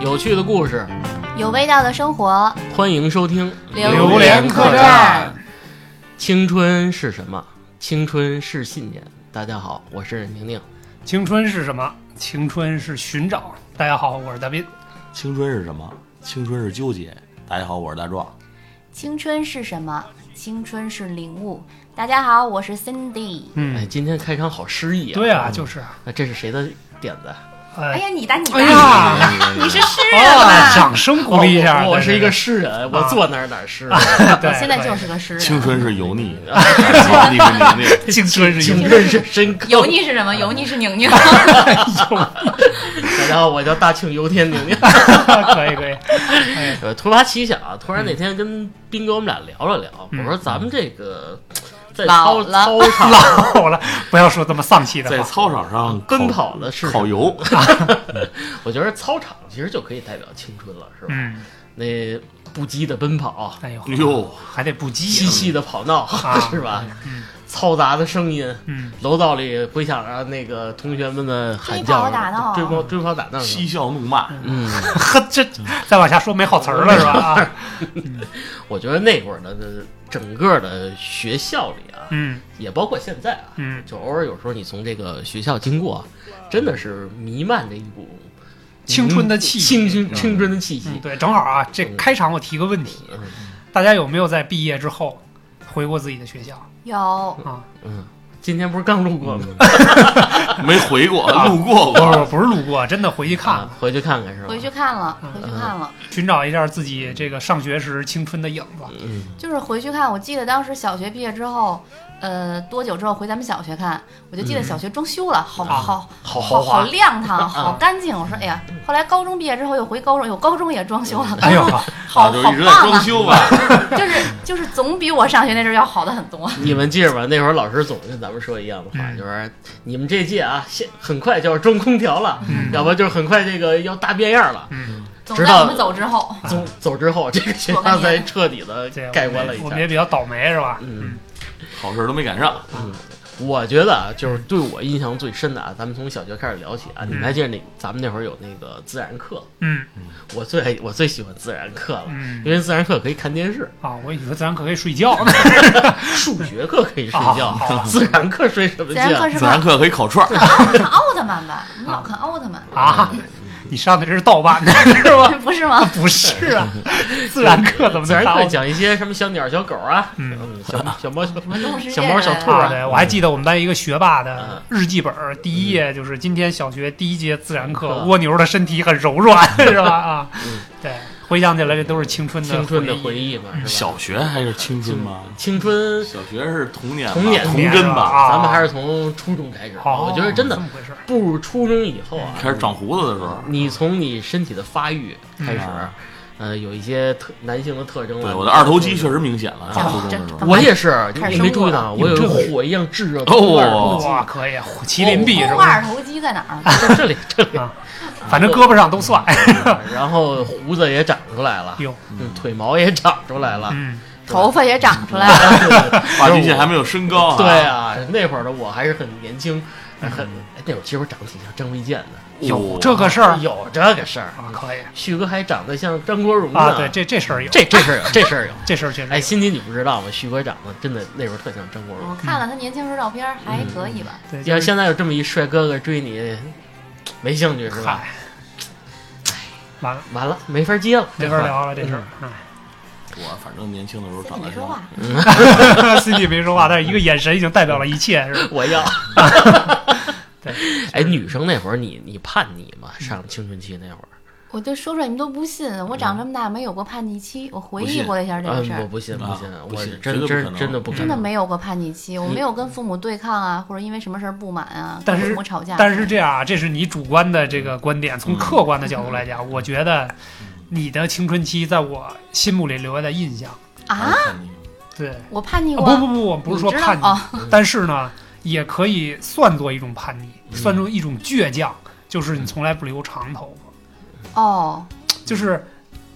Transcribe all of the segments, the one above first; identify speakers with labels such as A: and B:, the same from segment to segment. A: 有趣的故事，
B: 有味道的生活，
A: 欢迎收听《
B: 榴
C: 莲客栈》。
A: 青春是什么？青春是信念。大家好，我是任宁宁。
C: 青春是什么？青春是寻找。大家好，我是大斌。
D: 青春是什么？青春是纠结。大家好，我是大壮。
B: 青春是什么？青春是领悟。大家好，我是 Cindy。
A: 哎，
C: 嗯，
A: 今天开场好诗意啊！
C: 对啊，就是，
A: 那这是谁的点子？
B: 哎
C: 哎，
B: 呀，你的你的，
C: 哎呀，
B: 你是诗人
C: 哦，
B: 吧？
C: 掌声鼓励一下。
A: 哦
C: 啊
A: 我我我是一个
C: 对
A: 诗人，我坐哪儿哪儿诗。
C: 对对，
B: 我现在
C: 对
B: 就是个诗
D: 青
B: 人。
D: 春是油腻，哎油腻是宁宁。
C: 青春是
A: 青
C: 青
A: 春是深刻。
B: 油腻是什么？油腻是宁宁。
A: 大家好，我叫大庆油天 宁宁。
C: 春，可以可以。哎，
A: 呃，突发奇想啊，突然那天跟斌哥我们俩聊了聊，我
C: 嗯
A: 说咱们这个在
B: 老
A: 操
B: 了
A: 操场
C: 好了，不要说这么丧气的
D: 在
C: 话。
D: 操场上
A: 奔跑的是什么
D: 烤 油，
A: 我觉得操场其实就可以代表青春了，是吧？
C: 嗯，
A: 那不羁的奔跑，
C: 哎呦，
D: 哟，
C: 还得不羁
A: 嬉戏的跑闹，
C: 啊，
A: 是吧？
C: 嗯？
A: 嘈杂的声音，
C: 嗯
A: 楼道里回响着那个同学们的喊
B: 追跑
A: 叫
B: 打闹啊
A: 声，追跑追跑打闹声。
D: 嬉笑怒骂，
A: 嗯，
C: 嗯，呵，这再往下说没好词儿了是吧？啊，
A: 我觉得那会儿的的整个的学校里啊，
C: 嗯
A: 也包括现在啊，
C: 嗯，
A: 就偶尔有时候你从这个学校经过，啊真的是弥漫着一股嗯
C: 青春的气
A: 青
C: 息
A: 春青春的气息
C: 嗯，。对，正好啊，这开场我提个问题，
A: 嗯
C: 大家有没有在毕业之后回过自己的学校
B: 有
C: 啊？
A: 嗯，今天不是刚路过吗？
C: 嗯
D: 没回过，路过
C: 不
D: 过。
C: 是不是路过，真的回去 看
A: 啊，回去看看是吧？
B: 回去看了，回去看了，
C: 寻找一下自己这个上学时青春的影子。
A: 嗯，
B: 就是回去看。我记得当时小学毕业之后，呃，多久之后回咱们小学看？我就
C: 嗯
B: 记得小学装修了，好
A: 啊
B: 好
A: 好
B: 好
A: 豪
B: 好
A: 华。
B: 亮堂，好干净。我说，哎呀，后来高中毕业之后又回高中，有高中也装修了，高
C: 哎呦
B: 中，
D: 啊，
B: 好
D: 就
B: 好
D: 一直在
B: 棒
D: 装
B: 啊！
D: 修吧，
B: 就是就是总比我上学那阵儿要好的很多。
A: 你们记着吧，那会儿老师总跟咱们说一样的话，
C: 嗯
A: 就是你们这届啊，现很快就要装空调了，
C: 嗯
A: 要不就是很快这个要大变样了。
C: 嗯，
B: 总
A: 直
B: 在
A: 到
B: 我们走之后，
C: 呃
A: 走 走之后，这个学
B: 我跟
A: 校
B: 你
A: 才彻底的
C: 这
A: 改观了一
C: 我
A: 下
C: 们。也比较倒霉是吧？
A: 嗯，
D: 好事都没赶上。
A: 我觉得啊，就是对我印象最深的啊，咱们从小学开始聊起啊。你们还记得那咱们那会儿有那个自然课，
C: 嗯
A: 我最爱我最喜欢自然课了，因
C: 嗯
A: 为自然课可以看电视，
C: 啊，我以为咱可以睡觉呢。
A: 数学课可以睡
C: 啊 好
A: 觉
C: 吧，
A: 自然课睡什么
B: 自
A: 觉？
B: 然课是
D: 自然
B: 看
D: 课可以烤串儿，
B: 看 奥特曼吧？你老看奥特曼，
C: 啊，
A: 嗯
C: 你上的这是盗版的 是吧？
B: 不是吗？
C: 不是啊，
A: 嗯
C: 自然课怎么
A: 自然
C: 能盗
A: 课？讲一些什么小鸟、小狗啊，
C: 嗯
A: 嗯，小小猫、小
B: 什么动物世界
A: 小猫小兔
C: 啊，
A: 啊
C: 对，我还记得我们班一个学霸的日记本儿，第一页就是今天小学第一节自然课，
A: 嗯
C: 蜗牛的身体很柔软，是 吧？啊
A: 嗯，
C: 对，回想起来这都是青春的
A: 青春的
C: 回
A: 回
C: 忆。
A: 忆嘛，是吧？
D: 小学还是青春吗？
A: 青春，
D: 小学是童年吧，
A: 童年
D: 童真吧。
C: 啊
A: 咱们还是从初中开始。
C: 好，
A: 我觉得真的
C: 哦这么回事儿。
A: 步入初中以后啊，
D: 开始长胡子的时候，
A: 你从你身体的发育开始
D: 嗯，
A: 呃，有一些特男性的特征了。啊
D: 对我的二头肌确实明显了。上初中的时候，
A: 我也是，
B: 开始
A: 你没注意到，
C: 生
A: 我
C: 了
A: 有一个火一样炙热的
D: 哦
A: 二头
C: 哇，可以，啊
A: 哦
C: 麒麟臂是
B: 空
C: 吧？
B: 二头肌在哪儿？啊
A: 肌，这里这里，啊
C: 啊，反
A: 哦
C: 正胳膊上 都算。
A: 然后胡子也长出来了，
C: 哟，
A: 嗯腿毛也长出来了，
C: 嗯，
B: 头发也长出来了，
D: 发际线还没有身高啊。
A: 对啊，那会儿的我还是很年轻，很哎那会儿其实长得挺像张卫健的，
C: 有
D: 哦
C: 这个事儿
A: 有这个事儿。
C: 啊，可以
A: 旭哥还长得像张国荣呢，
C: 啊，对，这这事儿有，
A: 这这事 儿有，这事儿有。
C: 这事儿确实
A: 哎，
C: 有。
A: 欣姐你不知道吗？旭哥长得真的那时候特像张国荣
B: 我，看了他年轻时候照片，还可以吧？
C: 对，就
A: 要
C: 是
A: 现在有这么一帅哥哥追你，没兴趣是吧？
C: 嗨，完了，
A: 完了，没法接了，
C: 没法聊了这事儿。
D: 我反正年轻的时候
B: 自己
D: 长
B: 没
D: 得
B: 说
D: 像
B: 话，
C: 哎，Cindy 没说话，但是一个眼神已经代表了一切，是吧？
A: 我要。
C: 对，
A: 哎，女生那会儿你你叛逆吗？上青春期那会儿，
B: 我就说出来你们都不信。我长这么大没有过叛逆期，我回忆过一下这个事
A: 嗯，我
B: 儿，
A: 不信
D: 啊
A: 信
D: 不，
A: 我
D: 信
A: 是
D: 绝
A: 真
D: 对不可
A: 真
D: 能
A: 真的不可
B: 真的
A: 能。
B: 没有过叛逆期，我没有跟父母对抗啊，或者因为什么事儿不满啊，
C: 但
B: 跟
C: 是
B: 父母吵架。
C: 但是这样啊，这是你主观的这个观点。从客观的角度来讲，我觉得你的青春期在我心目里留下的印象，
B: 啊，
C: 对，啊
B: 我叛逆
C: 不
B: 过，
C: 不不，我不是说
B: 你知道
C: 叛逆，
B: 哦，
C: 但是呢，也可以算作一种叛逆，算作一种倔强，就是你从来不留长头发，
B: 哦，
C: 就是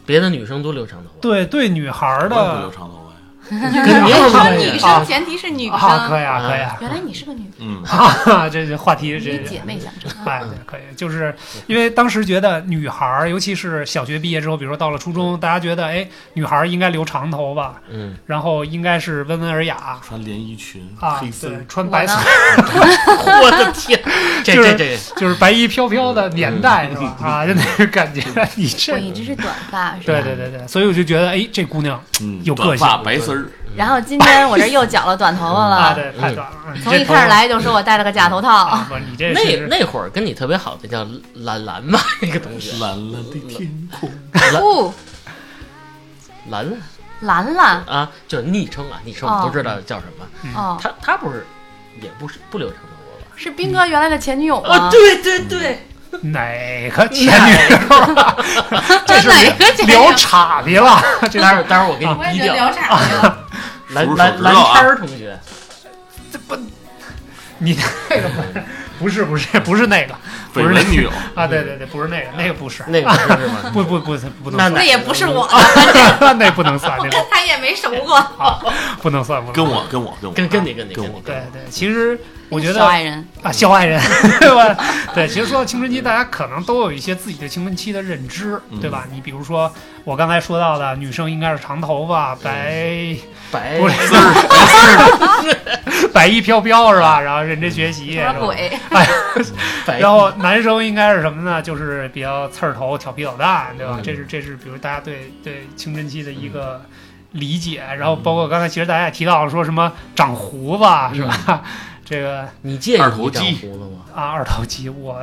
A: 别的女生都留长头发，
C: 对对女孩儿
D: 我也会留
C: 的
D: 长头发呀。
A: 肯定
B: 你
A: 是
B: 说
A: 可
B: 哎女
A: 以。
B: 生，前提是女生。
C: 啊，可以啊，可以啊，
B: 原来你是个女，
D: 嗯，
C: 啊，这这话题这
B: 你姐妹相称。
C: 哎，对可以，就是因为当时觉得女孩儿，尤其是小学毕业之后，比如说到了初中，大家觉得，哎，女孩儿应该留长头发，
A: 嗯，
C: 然后应该是温文尔雅
D: 穿连衣裙，
C: 啊
D: 黑，丝
C: 对
D: 儿，，
C: 穿白
B: 我
C: 色
B: 呢，
A: 我的天，这
C: 就是
A: 这这，
C: 就是白衣飘飘的年代是吧？啊，就那个感觉，你
B: 我
C: 这，
B: 一直是短发，是吧
C: 对对对对，所以我就觉得，哎，这姑娘
D: 嗯，
C: 有个
D: 短
C: 性
D: 发白丝儿，
B: 然后今天我这又绞了短头发
C: 啊，
B: 了，
C: 对，太短了，你
B: 从一
C: 这头
B: 开始来就说我戴了个假头套，
C: 啊，不，你这
A: 那
C: 是
A: 那会儿跟你特别好的叫蓝蓝吧， 那个同学，
D: 蓝蓝的天空，
A: 蓝
B: 不，
A: 蓝蓝
B: 兰兰
A: 啊，就是昵称啊，昵称我们都知道叫什么。
B: 哦，
A: 他他不是，也不是不留长头
B: 是斌哥原来的前女友
A: 发吧？
C: 啊
B: 吗？
A: 对对对，
C: 哪个前女友啊？这是
B: 哪个前女友
C: 聊岔劈了， 这
A: 嗯待会儿待会儿我给
C: 我
A: 你
B: 也
A: 低
B: 觉得
A: 调。
B: 聊岔 了，
A: 蓝
D: 熟
A: 蓝
D: 知
A: 蓝
D: 道啊
A: 天儿同 学，
C: 这不，你那个不是不是不是那个 不
D: 绯
C: 是那
D: 闻女 友，
C: 啊，对对对，不是那个，那个不是，
A: 那个是吗？
C: 不不不不
A: 那
C: 能
B: 那也不是我，
C: 算， 那不能算，
B: 我
C: 那
B: 跟
C: 个
B: 他也没熟过。
C: 啊，不能算，不能算
D: 跟我跟我跟我
A: 跟跟你跟你
D: 跟
A: 你
D: 我，
C: 对对，其实我觉
B: 小
C: 得
B: 矮人，
C: 啊，小矮人对吧？对，其实说到青春期，大家可能都有一些自己对青春期的认知，
A: 嗯
C: 对吧？你比如说我刚才说到的，女生应该是长头发、白
A: 白
C: 不是
A: 哎
D: 丝儿白丝儿，
C: 白衣飘飘是吧？然后认真学习，
B: 什
C: 是
B: 么
C: 吧
B: 鬼？
A: 白，
C: 然后男生应该是什么呢？就是比较刺儿头、调皮捣蛋，对吧？
A: 嗯
C: 这是这是，比如大家对对青春期的一个理解。然后包括刚才其实大家也提到了，说什么长胡
A: 嗯
C: 子啊是吧？这个
A: 你介意
D: 嗯二头
A: 你长
D: 肌
A: 胡子吗？
C: 啊二头肌，我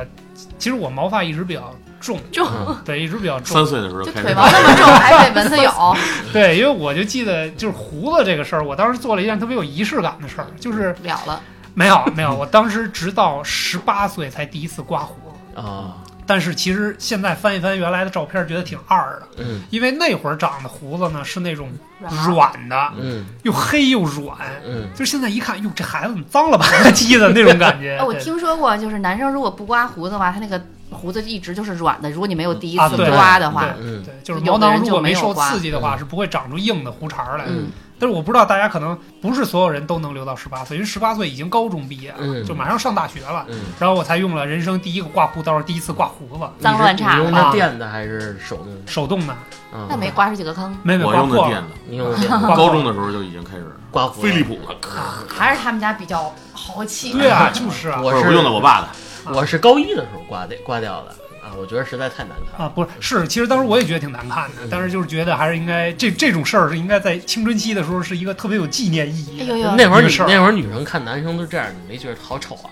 C: 其实我毛发一直比较重，
B: 就
A: 嗯
C: 对，一直比较重
D: 三，岁的时候
B: 就
D: 开
B: 腿
D: 始
B: 毛那么重，还被蚊子咬，
C: 对，因为我就记得就是胡子这个事儿，我当时做了一件特别有仪式感的事儿，就是
B: 了了。
C: 没有没有，我当时直到十八岁才第一次刮胡子。
A: 啊，
C: 但是其实现在翻一翻原来的照片，觉得挺二的，
A: 嗯
C: 因为那会儿长的胡子呢是那种
B: 软
C: 软的，
A: 嗯
C: 又黑又软，
A: 嗯，
C: 就是现在一看，哟，这孩子怎么脏 了吧唧的那种感觉。
B: 哎，我
C: 对
B: 听说过，就是男生如果不刮胡子的话，他那个胡子一直就是软的。如果你没有第一
C: 啊
B: 次
C: 对
B: 刮的话
C: 对，
A: 嗯
C: 对，就是
B: 有
C: 毛
B: 的
C: 囊
B: 人
C: 如
B: 就
C: 果
B: 没有
C: 受
B: 刮
C: 刺激的话，
A: 嗯
C: 是不会长出硬的胡茬儿来的。
B: 嗯，
C: 但是我不知道大家可能不是所有人都能留到十八岁，因为十八岁已经高中毕业了，
A: 嗯
C: 就马上上大学了。
A: 嗯，
C: 然后我才用了人生第一个刮胡刀，第一次刮胡子，
B: 脏乱差啊
A: 你用
C: 了
A: 的
C: 吧
A: 电的还是手动的？
C: 手动的，
A: 啊
B: 那
D: 嗯
B: 没刮出几个坑，
C: 没没
D: 我
C: 刮
D: 用的
C: 破
D: 电
C: 了。
D: 的，
A: 你用的电的
C: 刮破
D: 高
C: 了
D: 中的时候就已经开始
A: 刮胡
D: 飞利
A: 子。
D: 浦了，咔，
B: 还是他们家比较豪气。
C: 对啊，就是啊。
A: 我
D: 不
A: 是
D: 是我用的我爸的，
A: 我是高一的时候刮的刮掉的啊，我觉得实在太难看了。
C: 啊，不是，是，其实当时我也觉得挺难看的，但是就是觉得还是应该这这种事儿是应该在青春期的时候是一个特别有纪念意义
B: 哎
C: 的。
B: 呦呦，
A: 那会儿
C: 一
A: 女
C: 个事儿啊
A: 那会儿女生看男生都这样，你没觉得好丑啊？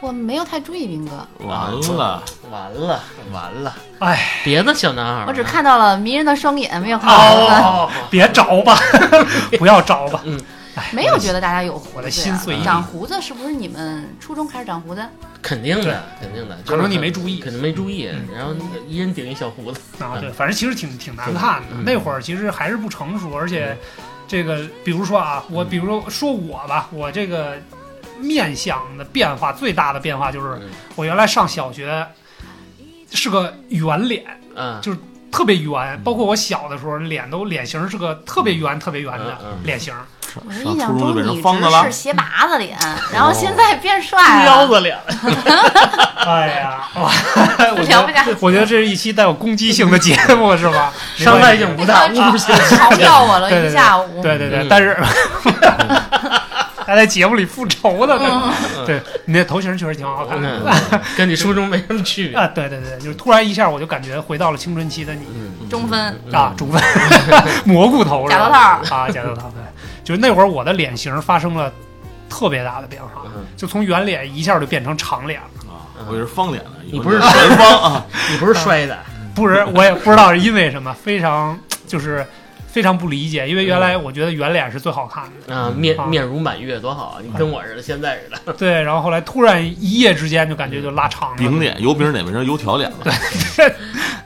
B: 我没有太注意斌哥，
D: 完了，
A: 完了完了，
C: 哎，
A: 别的小
D: 嗯
A: 男孩儿，
B: 我只看到了迷人的双眼，没有看到
C: 哦，别找 吧，不要找吧。
A: 嗯
C: 哎，
B: 没有觉得大家有胡子呀。啊
C: 我的心碎
D: 意
B: 长胡子是不是你们初中开始长胡子？
A: 肯定的肯定的，就是
C: 可能你没注意
A: 肯定没注意
C: 嗯，
A: 然后一人顶一小胡子，
C: 啊，对，反正其实挺挺难看的。
A: 嗯
C: 那会儿其实还是不成熟，而且这个，比如说啊，
A: 嗯
C: 我比如说说我吧，我这个面相的变化最大的变化就是
A: 嗯，
C: 我原来上小学是个圆脸。
A: 啊，
C: 特别圆，
A: 嗯
C: 包括我小的时候，脸都脸型是个特别圆、特别圆的
A: 嗯嗯
C: 脸型，
D: 上
B: 我的
D: 上
B: 印象
D: 初中就
B: 中
D: 变
B: 你
D: 成方的
B: 只
D: 了嗯哦
B: 是，斜拔子脸，然后现在变帅
A: 腰
B: 了，
A: 子脸，
C: 哎呀，哇
B: 不
C: 我
B: 聊
C: 觉
B: 不
C: 得
B: 下去 了。
C: 我觉得这是一期带有攻击性的节目，是吧？
A: 伤害性不大，侮辱性
C: 啊
B: 嘲笑我了
C: 对
B: 一
C: 对对
B: 下午，
C: 对对对
A: 嗯，
C: 但是 还在节目里复仇呢，
A: 嗯
C: 对，对你那头型确实挺好看的
A: 嗯，跟你初中没什么区别。
C: 啊！对对对，就是突然一下，我就感觉回到了青春期的你
A: 嗯
B: 中分
C: 啊， 主分蘑菇头是吧
B: 假头套
C: 啊，假头套，对，就是那会儿我的脸型发生了特别大的变化，
A: 嗯
C: 就从圆脸一下就变成长脸了。
D: 啊，我是方脸的，
A: 你不是
D: 南方啊，
A: 你不是摔的，
C: 不是，我也不知道是因为什么，非常就是非常不理解，因为原
D: 嗯
C: 来我觉得圆脸是最好看的，
A: 啊，面面如满月多好啊！你跟我似的，现在似的，
C: 对，然后后来突然一夜之间就感觉就拉长
D: 饼
C: 了，
D: 脸，油饼脸变成油条脸了，啊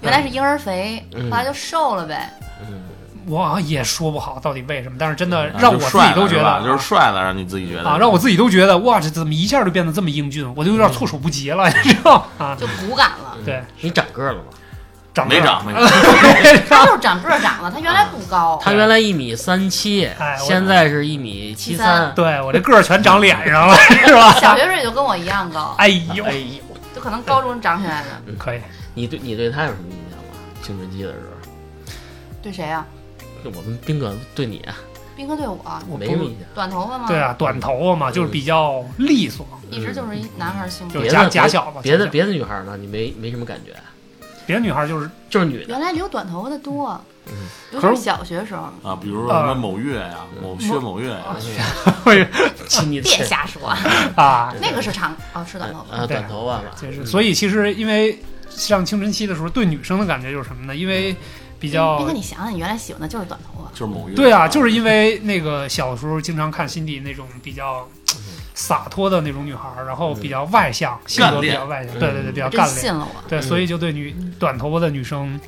B: 原来是婴儿肥，
A: 嗯
B: 后来就瘦了呗。
A: 嗯，
C: 我也说不好到底为什么，但是真的
D: 啊
C: 让我
D: 就
C: 自
D: 帅
C: 己
D: 了
C: 都觉
D: 是
C: 得
D: 吧就是帅了，让你自己觉得
C: 啊，让我自己都觉得哇，这怎么一下就变得
D: 嗯
C: 这么英俊，我就有点措手不及了，你知道吗 啊？
B: 就骨感了。
C: 对，
A: 你长个了吗？
C: 长
D: 没
C: 个儿，
D: 长没长，
B: 他就是长个儿长了，他原来不 高，
A: 他原来一米三七
C: 哎，我
A: 现在是一米七三。
C: 对我这个儿全长脸上了， 是吧？
B: 小学时候也就跟我一样高，
C: 哎呦，
A: 哎呦，
B: 就可能高中长起来的。
C: 可以，
A: 你对你对他有什么印象吗？青春期的时候，
B: 对谁啊？
A: 就我们斌哥对你啊
B: 斌哥对我，
C: 我
A: 没
C: 不
A: 什么印象。
B: 短头发吗？
C: 对，啊，短头发嘛，就是比较利索，
B: 一
A: 嗯
B: 直就是一男孩儿性格
C: 就。是
A: 别
C: 假
A: 的
C: 假小吧。
A: 别的
C: 假小
A: 别的女孩呢，你没没什么感觉，
C: 别的女孩就是
A: 就是 女的。
B: 原来留短头发的多
A: 嗯，
B: 尤
C: 可
B: 其
C: 是
B: 是小学时候。
D: 啊，比如说什么某月呀、某薛某月呀、
A: 啊 亲你
B: 别瞎说，
C: 啊，
B: 那个是长哦，是短头
C: 嗯
B: 发。
A: 啊，短头发吧。
C: 就是
A: 嗯
C: 所以其实因为上青春期的时候，对女生的感觉就是什么呢？因为比较
B: 哎斌哥，你想想，你原来喜欢的就是短头发。
D: 就是某月。
C: 对啊，就是因为那个小时候经常看辛迪那种比较洒脱的那种女孩儿，然后比较外向，性格比较外向，
A: 嗯干练
C: 对对对，比较
B: 真
C: 干
B: 信
C: 练，
B: 了我。
C: 对，
A: 嗯
C: 所以就对女短头发的女生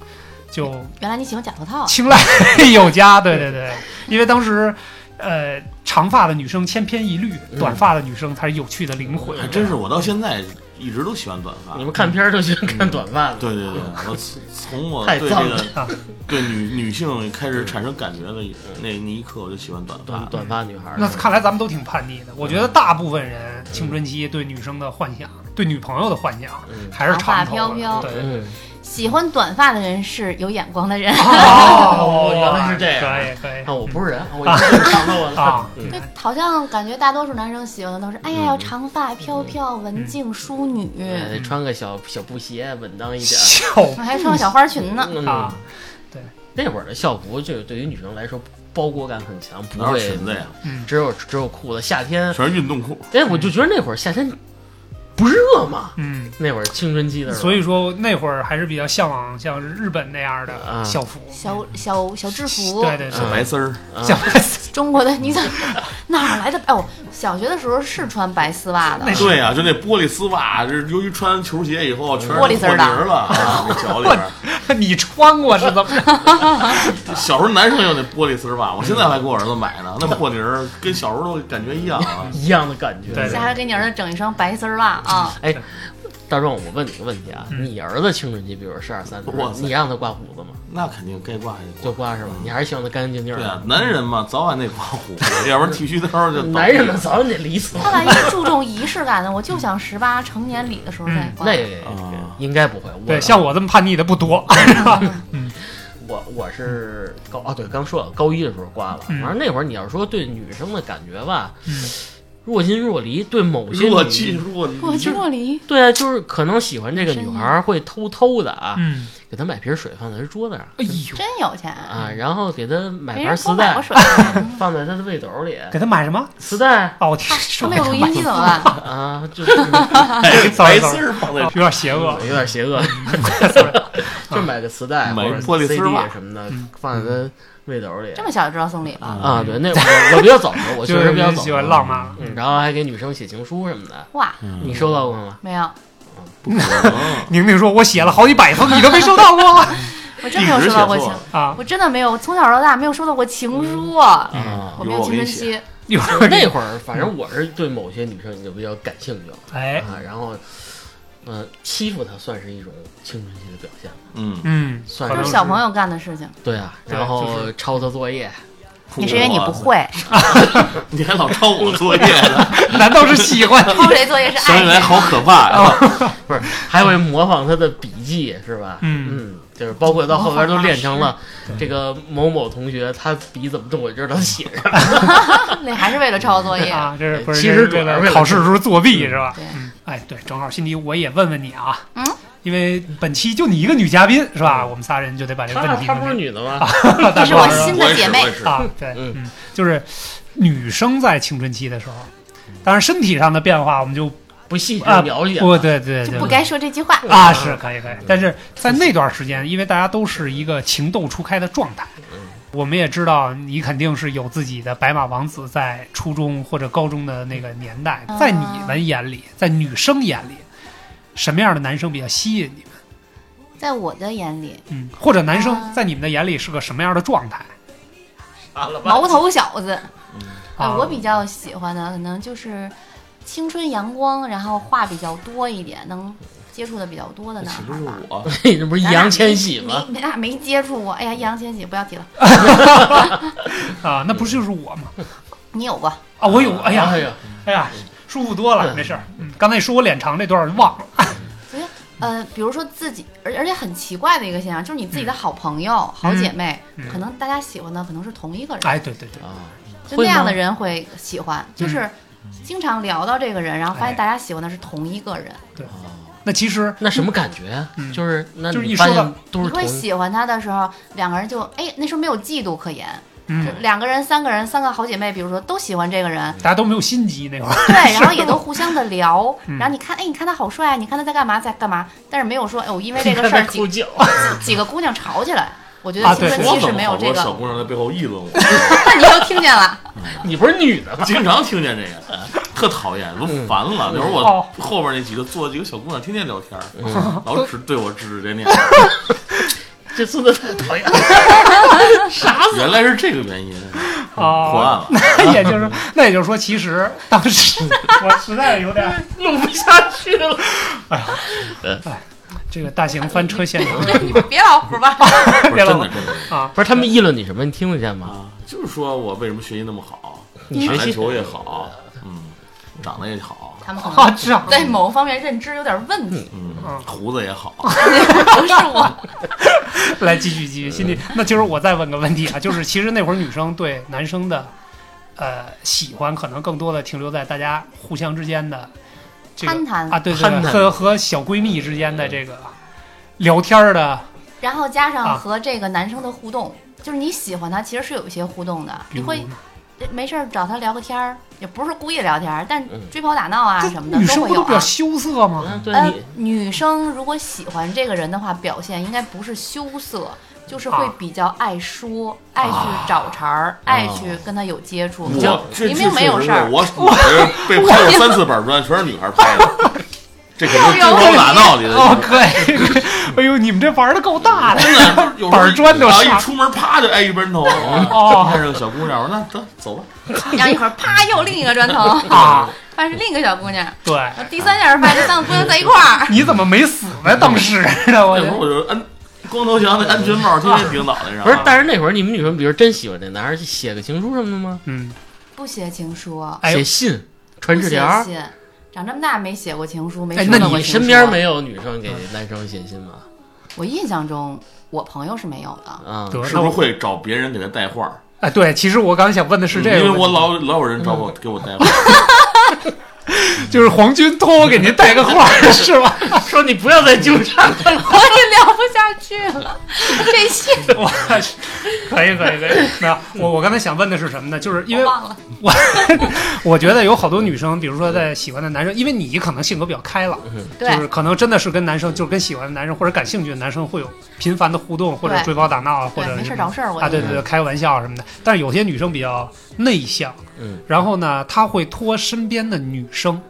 C: 就
B: 原来你喜欢假头套，
C: 青睐 有加，对对对，因为当时。呃，长发的女生千篇一律，
A: 嗯
C: 短发的女生才是有趣的灵魂。
D: 还真是，我到现在一直都喜欢短发
A: 你。们看片儿都喜欢看短发的，
D: 对对对，我从从我
A: 太
D: 对这
A: 脏
C: 了
D: 个 对女女性开始产生感觉的一那那一刻，我就喜欢短
A: 短
D: 发。
A: 短发女孩儿。
C: 那看来咱们都挺叛逆的。我觉得大部分人青春期对女生的幻想，对女朋友的幻想
A: 嗯
C: 还是长头
B: 长
C: 发
B: 发飘飘
C: 对，
A: 嗯，
B: 喜欢短发的人是有眼光的人。
A: 哦原来是这样
C: 可以可以。
A: 啊，我不是人， 我一直长头发
C: 啊
A: 嗯
B: 就好像感觉大多数男生喜欢的都是，哎呀，
A: 嗯
B: 要长发飘飘、文静淑女，
A: 哎得穿个小小布鞋，稳当一点。
C: 笑
B: 还穿个小花裙呢。
A: 嗯
C: 啊，
A: 那会儿的校服就是对于女生来说包裹感很强，不
D: 哪有
A: 会
D: 裙子呀？
C: 嗯，
A: 只有只有裤子。夏天，
D: 全是运动裤。
A: 哎，我就觉得那会儿夏天不热嘛，
C: 嗯，
A: 那会儿青春期的时候，
C: 所以说那会儿还是比较向往像日本那样的
A: 啊
C: 校服，
B: 小小小制服，
C: 对对
D: 小
C: 对，
D: 白丝儿，
A: 啊
C: 像
B: 中国的你怎么哪儿来的？哎，我小学的时候是穿白丝袜的，
D: 对呀、就那玻璃丝袜，这由于穿球鞋以后全是
B: 玻璃丝儿
D: 混
B: 的
D: 泥儿了，啊，那脚里边儿。
C: 你穿过是怎么着？
D: 小时候男生有那玻璃丝袜，我现在还给我儿子买呢，那破泥儿跟小时候都感觉一样啊。
A: 一样的感觉。哎
C: 对 对
B: 下回给你儿子整一双白丝袜啊，
A: 嗯大壮，我问你个问题啊，
C: 嗯
A: 你儿子青春期，比如十二三岁
D: 哇，塞
A: 你让他刮胡子吗？
D: 那肯定该挂就
A: 就刮是吧？你还是希望他干干净净
D: 对啊
A: 的，。
D: 男人嘛，早晚得刮胡子，要不然剃须刀就倒
A: 男人们早晚得理死。
D: 嗯
B: 他万一注重仪式感呢？我就想十八成年礼的时候再刮。
A: 那也
D: 啊
A: 应该不会。我
C: 对，像我这么叛逆的 不多。
A: 我我是高啊，对，刚说了，高一的时候刮了。
C: 嗯
A: 反正那会儿你要说对女生的感觉吧，
C: 嗯
A: 若近若离，对某些
D: 若
A: 女
D: 即若离。
B: 若即若离，
A: 对啊，就是可能喜欢这个女孩儿会偷偷的啊，
C: 嗯，
A: 给她买瓶水放在她桌子上
C: 哎呦，
B: 真有钱，
A: 啊，然后给她买盘
B: 没人嗯哎给我
A: 磁
B: 买过
A: 带
B: 水，
A: 放在她的背兜里，
C: 给他买什么？
A: 磁带
C: 哦，我天，
B: 他没有 录音机怎么办？
A: 啊，就是 有
D: 哎，
C: sorry，
D: 白丝儿放在
C: 有点 邪恶。
A: 点邪恶，就买个磁带或
D: 买
A: 者
D: 玻璃丝
A: CD
D: 袜
A: 什么的
C: 嗯
A: 放在她背兜里
B: 这么小就知道送礼了，
D: 嗯
A: 啊。对，那我我比较早熟，我确
C: 就
A: 实
C: 是
A: 比较早
C: 喜
A: 熟
C: 欢。浪漫了。
A: 嗯，然后还给女生写情书什么的，
B: 哇，
A: 你收到过吗？啊
B: 没有，
D: 不可能，
C: 宁宁说：“我写了好几百封，你都没收到过
B: 我真没有收到过情，
C: 啊嗯
B: 我真的没有，从小到大没有收到过情书，
A: 啊，
B: 我没有青春期，！”
C: 有
A: 那会儿反正我是对某些女生就比较感兴趣了
C: 哎，
A: 啊，然后，嗯，欺负她算是一种青春期的表现吧，
D: 嗯，
C: 嗯，
A: 算
B: 都
A: 是
B: 是小朋友干的事情。
A: 对啊，
C: 对
A: 然
C: 就
A: 后抄她作业，
B: 你是因
C: 啊
B: 为你不，会，
D: 啊
B: 哎
D: 你还老抄 我作业呢，
C: 难道是喜欢？
B: 抄谁作业是
D: 想
B: 爱
D: 起来
B: 谁？
D: 好可怕
B: 哦
D: 呀！
A: 不是还会模仿她的笔记是吧？
C: 嗯
A: 嗯，就是包括到后边都练成了这个某某同学他笔怎么动，我知道他
B: 啊
A: 写着，
B: 那还是为了抄作业。
C: 啊，这是不是
A: 其实
C: 这
A: 主要是
C: 为
A: 为
C: 了
A: 了
C: 考试的时候作弊是吧？
B: 对
C: 嗯，哎，对，正好，辛迪，我也问问你啊，
B: 嗯，
C: 因为本期就你一个女嘉宾是
A: 嗯
C: 吧？我们仨人就得把这个
A: 她
C: 问题
A: 她不是
C: 问
A: 女的
B: 啊
A: 吗？
C: 到大
B: 这是
C: 壮
B: 我
C: 身上
B: 新的姐妹
D: 哎我也是，我也
C: 啊，对，
A: 嗯
C: 嗯，就是女生在青春期的时候，当然身体上的变化我们就
A: 不细致
C: 啊
A: 了解
C: 不，对对
B: 就
C: 对，
B: 不该说这句话。
C: 啊，是可以可以，但是在那段时间，因为大家都是一个情窦初开的状态，我们也知道你肯定是有自己的白马王子在初中或者高中的那个年代，
B: 啊
C: 在你们眼里，在女生眼里，什么样的男生比较吸引你们？
B: 在我的眼里，
C: 嗯，或者男生
B: 啊
C: 在你们的眼里是个什么样的状态？
B: 毛头小子，
C: 啊
B: 呃，我比较喜欢的可能就是青春阳光，然后话比较多一点，能接触的比较多的男
D: 岂不
B: 孩
D: 是
B: 吧。
D: 我？
A: 嘿， 这不是易
B: 咱俩
A: 烊
B: 没
A: 千玺吗？
B: 没？没那没接触过。哎呀，易烊千玺不要提了，
C: 啊，那不是就是我吗？
B: 你有过？
C: 啊，我有，哎呀
A: 哎，呀，
C: 哎呀，舒服多了，没事儿。嗯，刚才你说我脸长这段儿忘了，
B: 呃，比如说自己，而而且很奇怪的一个现象，就是你自己的好朋友、好姐妹，
C: 嗯
B: 可能大家喜欢的可能是同一个人，
C: 哎，对对对，
A: 啊，
B: 就
A: 会
B: 那样
A: 吗
B: 的人会喜欢，就是经常聊到这个人，然后发现
C: 哎
B: 大家喜欢的是同一个人，
C: 那其实
A: 啊那什么感觉呀
C: 嗯？
A: 就是那
C: 就是
A: 你
C: 一
A: 发
C: 说
A: 现
C: 到
A: 都
B: 你
A: 是同
B: 会
A: 一
B: 喜欢他的时候，两个人就哎，那时候没有嫉妒可言，
C: 嗯
B: 就，两个人、三个人、三个好姐妹，比如说都喜欢这个人，
C: 大家都没有心机那会儿，
B: 对，然后也都互相的聊，
C: 嗯
B: 然后你看，哎，你看他好帅啊，你看他在干嘛，在干嘛，但是没有说，哎，我因 为这个
A: 看
B: 事儿
A: 他
B: 几
A: 哭叫，
B: 几个姑娘吵起来。我觉
C: 啊
B: 得青
C: 对
B: 春
D: 我
B: 期
D: 怎
B: 是
D: 么
B: 没
D: 好
B: 有这
D: 多
B: 个，
D: 小姑娘在背后议论我？
B: 你都听见了，
A: 你不是女的吗？
D: 经常听见这个， 特讨厌，都烦
B: 嗯
D: 了。那会儿我
C: 哦
D: 后边那几个坐几个小姑娘，天天聊天儿，
A: 嗯
D: 老指对我指指 点点。
A: 这孙子太讨厌了，
D: 原来是这个原因，
B: 哦
D: 破案
C: 啊，
D: 了。
C: 那 也就是那也就是说，其实当时我实在有点儿
A: 录不下去了。
C: 这个大型翻车现场
B: 别老胡吧。
D: 不是
C: 别了
D: 真的真的
C: 啊，
A: 不是他们议论你什么？你听得见吗？
D: 啊，就是说我为什么学习那么好，
A: 你
D: 打
A: 学
D: 篮
A: 习
D: 球也好，嗯，长得也好，
B: 他们可
C: 啊
B: 能
C: 这样
B: 在某方面认知有点问题，
D: 嗯哦
C: 嗯，
D: 胡子也好，
B: 不是我。
C: 来继续继续，心里那就是我再问个问题啊，就是其实那会儿女生对男生的呃喜欢，可能更多的停留在大家互相之间的这个
B: 攀谈
C: 啊，对对
A: 攀
C: 对，
A: 谈
C: 和和小闺蜜之间的这个聊天儿的，
B: 然后加
C: 啊
B: 上和这个男生的互动，就是你喜欢他，其实是有一些互动的，
C: 比
B: 你
C: 如
B: 会呃没事儿找他聊个天儿，也不是故意聊天儿，但
A: 嗯
B: 追跑打闹啊
C: 这
B: 什么
C: 女
B: 的都
C: 生
B: 会
C: 不
B: 有
C: 都比较
B: 啊。
C: 羞涩吗？
A: 嗯，对
B: 呃
A: 你，
B: 女生如果喜欢这个人的话，表现应该不是羞涩，就是会
C: 啊
B: 比较爱说、爱去找�茬儿、爱
C: 哦
B: 去跟他有接触。
A: 这
D: 我这
B: 明明
D: 这
B: 没有
D: 确实
B: 事儿
D: 是我我这被拍过三次板砖，全是女孩拍的，这可能是
B: 又有
D: 追光打闹里
B: 嗯
D: 的。
C: 哦，可以，哎呦，你们这玩的够大 的
D: 真的，有时候
C: 板砖都
D: 然后
C: 上
D: 一出门啪就挨一砖头。嗯
C: 哦
D: 看着个小姑娘，我说那得走吧。
B: 然后一会 儿啪又另一个砖 头，
C: 啊！
B: 发现是另一个小姑娘，
C: 对，
B: 然后第三下是发现这三个姑娘在一块儿。
C: 你怎么没死呢？当时呢，我
D: 那会儿我就安光头强那安全帽天天顶脑
B: 呃
D: 袋上。啊
A: 不是，但是那会儿你们女生，比如真喜欢这男孩，写个情书什么的吗？
C: 嗯，
B: 不写情书，
C: 哎呦
A: 写信、
B: 不
A: 传纸条。
B: 写信。长这么大没写过情书，没
C: 哎
B: 收
A: 那
B: 到过
A: 你
B: 情书。
A: 身边？没有女生给
C: 嗯
A: 男生写信吗？
B: 我印象中，我朋友是没有的。
A: 啊，
C: 得
D: 是不是
C: 那我
D: 会找别人给他带话儿？
C: 哎，对，其实我刚想问的是这
A: 嗯
C: 个问
D: 因
C: 题，
D: 为我老老有人找我给我带话儿。
C: 就是皇军托我给您带个话儿是吧？
A: 说你不要再纠缠了。
B: 我也聊不下去 了，这些
C: 我 可以可以可以。那我我刚才想问的是什么呢？就是因为
B: 我忘了。
C: 我我觉得有好多女生，比如说在喜欢的男生，因为你可能性格比较开朗，就
B: 对，
C: 是可能真的是跟男生，就是跟喜欢的男生或者感兴趣的男生会有频繁的互动，或者
B: 对
C: 追跑打闹，或
B: 对，
C: 者
B: 没事
C: 什
B: 儿
C: 么
B: 找事儿，我
C: 啊，对
B: 就
C: 对对，开个玩笑什么的。但是有些女生比较内向，
A: 嗯，
C: 然后呢，她会托身边的女生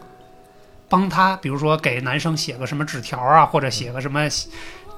C: 帮她，比如说给男生写个什么纸条啊，或者写个什么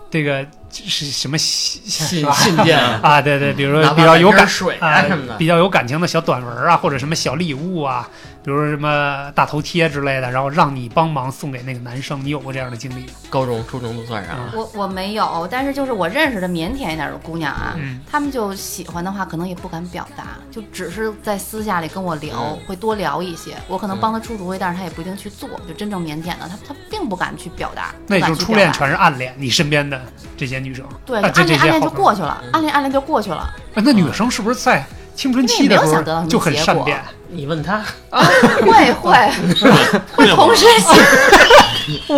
C: 这个是什么信 是
A: 信
C: 吧
A: 信件，
C: 啊，对对，比如
A: 哪
C: 说
A: 怕
C: 比较有
A: 买瓶
C: 感
A: 水啊
C: 啊
A: 什么的，
C: 比较有感情的小短文啊，或者什么小礼物啊，比如说什么大头贴之类的，然后让你帮忙送给那个男生，你有过这样的经历吗？
A: 高中、初中都算
C: 嗯
A: 上啊了。
B: 我我没有，但是就是我认识的腼腆一点的姑娘啊，
C: 嗯
B: 她们就喜欢的话，可能也不敢表达，就只是在私下里跟我聊，
A: 嗯
B: 会多聊一些。我可
C: 嗯
B: 能帮她出主意，但是她也不一定去做。就真正腼腆的，她她并不敢去表达，
C: 那也
B: 不
C: 就
B: 敢
C: 是
B: 去
C: 初
B: 表
C: 恋
B: 达
C: 全是暗恋，你身边的这些女生，
B: 对，
C: 啊
B: 暗
C: 这这
B: 恋暗
C: 些
B: 恋
C: 好
B: 就过去了
A: 嗯，
B: 暗恋暗恋就过去了。
C: 哎那女生是不是在青春期的
B: 那也没有
C: 时
B: 想得到什
C: 候
B: 么
C: 就很
B: 结
C: 善
B: 果
C: 变？
A: 你问他，
B: 会会会
D: 那会
B: 同
D: 儿
B: 时写，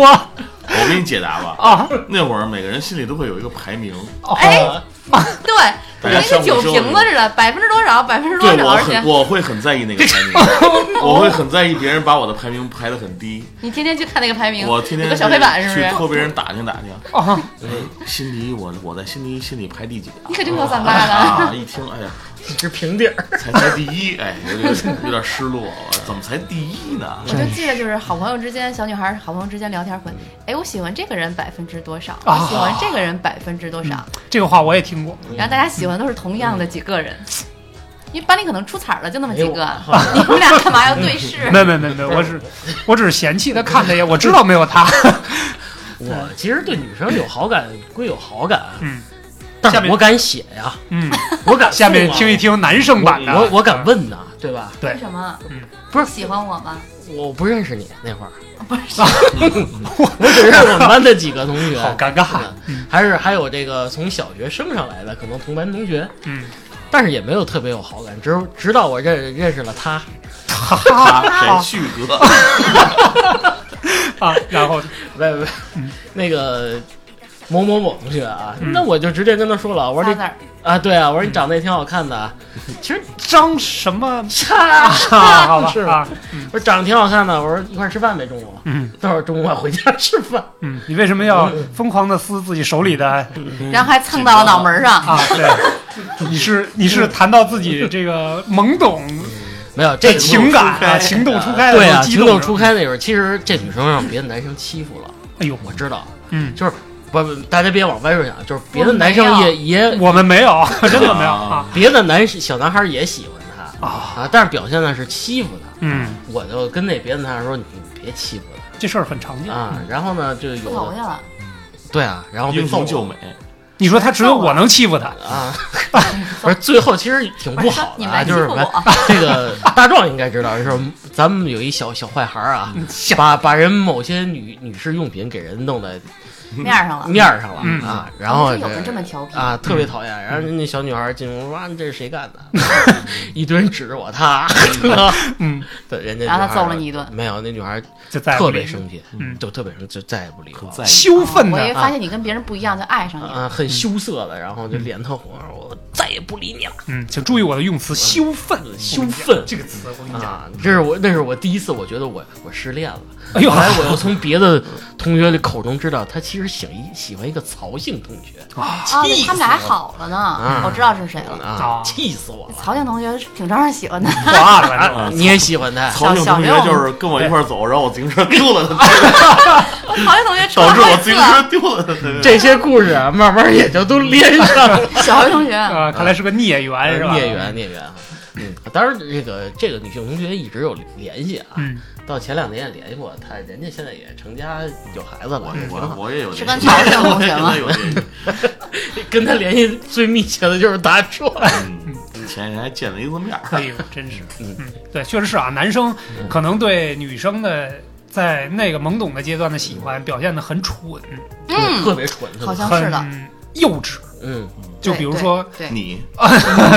C: 哇
D: 我给你解答吧。
C: 啊！
D: 那会儿每个人心里都会有一个排名，
C: 哦
B: 哎，对，
D: 大
B: 跟
D: 家
B: 那
D: 相
B: 个
D: 互
B: 酒
D: 之后
B: 瓶子似的，百分之多少，百分之多
D: 对
B: 少，
D: 我
B: 而且
D: 很我会很在意那个排名，我会很在意别人把我的排名排得很低，
B: 你天天去看那个排名，
D: 我天
B: 有
D: 天
B: 哎个小黑板是不
D: 去
B: 是？
D: 托别人打听打听。
C: 啊，
D: 哎，心里我我在心里心里排第几啊
B: 你？可真够三八的。
D: 啊，一听哎呀，
A: 你是平底 儿，
D: 才才第一，哎，我就有点失落，我怎么才第一呢
B: 我？就记得就是好朋友之间，小女孩儿好朋友之间聊天会，哎，我喜欢这个人百分之多少，我喜欢这个人百分之多少，
C: 这个话我也听过，
B: 然后大家喜欢都是同样的几个人，因为班里可能出彩儿了就那么几个
A: 哎呦好，
B: 你们俩干 嘛要对视？
C: 没没没没，我只我只是嫌弃他看他一眼，我知道没有他，
A: 我其实对女生有好感归有好感，
C: 嗯，
A: 但
C: 下
A: 是
C: 面
A: 我敢写 呀，
C: 嗯，
A: 我敢
C: 下面
A: 送啊
C: 听一听男生版的，嗯
A: 我我我敢问呐，对吧？
C: 对
B: 为什么？
C: 嗯
A: 不是
B: 喜欢我吗？
A: 我不认识你那 会儿，
B: 不是，
A: 我只认识我们班的几个同学，
C: 好尴尬
A: 是的，还是还有这个从小学升上来的，可能同班同学，
C: 嗯，
A: 但是也没有特别有好感，直直到我认认识了他，
D: 啊谁去哥？
C: 啊，然后
A: 喂喂，喂
C: 嗯
A: 那个某某某同学啊，
C: 嗯
A: 那我就直接跟他说了，我说你
B: 仨字儿，
A: 啊，对啊，我说你长得也挺好看的 啊，其实
C: 张什么
A: 差，
C: 啊？好吧
A: 是
C: 啊，
A: 我说长得挺好看的，我说一块儿吃饭呗，中午，
C: 嗯
A: 待会儿中午我回家吃饭，
C: 嗯，你为什么要疯狂的撕自己手里的
B: 然后还蹭到了脑门儿上。
C: 啊？对，你是你是谈到自己这个懵懂
A: 没有这
C: 的
A: 个
C: 情感啊，
D: 情
C: 情窦初开的
A: 对啊，
C: 激
A: 情
C: 动
A: 窦
C: 是吧
A: 初，开那会儿，其实这女生让别的男生欺负了，
C: 哎呦，
A: 我知道，
C: 嗯，
A: 就是不不，大家别往歪处想，就是别的
B: 我没
A: 男生
B: 有
A: 也也
C: 我们没有， 真的没有啊
A: 别的男生小男孩也喜欢她
C: 啊，
A: 啊，但是表现的是欺负她，
C: 嗯，
A: 我就跟那别的男孩说你别欺负
C: 这事儿很常
A: 她
B: 嗯
C: 见
A: 啊，然后呢就有
B: 出头去
A: 的
B: 了，
A: 对啊，然后被
D: 英
A: 揍了
D: 雄救美，
C: 你说他只有我能欺负他，
A: 啊，不是最后其实挺不好
B: 你
A: 的啊，
B: 们还欺
A: 就
B: 负
A: 是
B: 我，
A: 这个大壮应该知道，就是咱们有一小小坏孩儿啊，
B: 嗯
A: 把把人某些女女士用品给人弄在
B: 面儿上了。
A: 面儿上了、
C: 嗯
A: 啊，然后
B: 真有人哦这么嗯调皮，
A: 啊，特别讨厌。然后那小女孩进屋说：“啊，这是谁干 的？”一堆人指着我，她，
C: 嗯，
A: 对，人家
B: 然后
A: 女孩
B: 她
A: 儿
B: 揍了你一顿
A: 没有，那女孩儿
C: 就再也不
A: 特别
C: 理
A: 生气，
C: 嗯
A: 就特别生气，就再也不理我
D: 很
A: 了。
D: 在意。
C: 羞愤
B: 啊我以为
C: 的，
B: 发现你跟别人不一样，就爱上你了。
A: 啊，
C: 嗯
A: 很羞涩的，然后就脸特红，我再也不理你了
C: 嗯，请注意我的用词，羞愤，
A: 羞愤
C: 这个词，我跟你讲，
A: 啊！这是我，那是我第一次，我觉得我我失恋了。
C: 哎呦
A: 后，来我又从别的同学的口中知道，他其实喜一喜欢一个曹姓同学
C: 哦
B: 啊，对他们俩还好了呢
A: 啊，
B: 我知道是谁了。
A: 啊
C: 啊，
A: 气死我了！
B: 曹健同学挺招人喜欢的，
C: 破案了，
A: 啊，你也喜欢他？
D: 曹静同学就是跟我一块儿走，然后我自行车丢了他，
B: 曹健同学出
D: 导
B: 了
D: 致我
B: 好
D: 自
B: 几次
D: 行
B: 啊。
D: 车丢了他。对
A: 这些故事啊，慢慢也就都连上了。
B: 小学同学，
C: 啊，看来是个 孽缘，是吧？
A: 孽缘，孽缘啊。嗯，当然，这个这个女性同学一直有联系啊，
C: 嗯，
A: 到前两年也联系过她，人家现在也成家有孩子了，
C: 哎
A: 也挺
D: 我
A: 好。
D: 我也有这
B: 是
D: 个，
B: 跟曹静同
D: 我也
B: 学
D: 跟
B: 吗
D: 他有这个。
A: 跟她联系最密切的就是大壮，
D: 嗯前几天还见了一次面儿，
C: 哎呦，真是，
A: 嗯
C: 嗯，对，确实是啊，男生可能对女生的在那个懵懂的阶段的喜欢表现的很蠢，
B: 嗯，
A: 特别蠢，特别
B: 好像是的。
C: 很幼稚，
A: 嗯，
C: 就比如说，
B: 对， 对
D: 你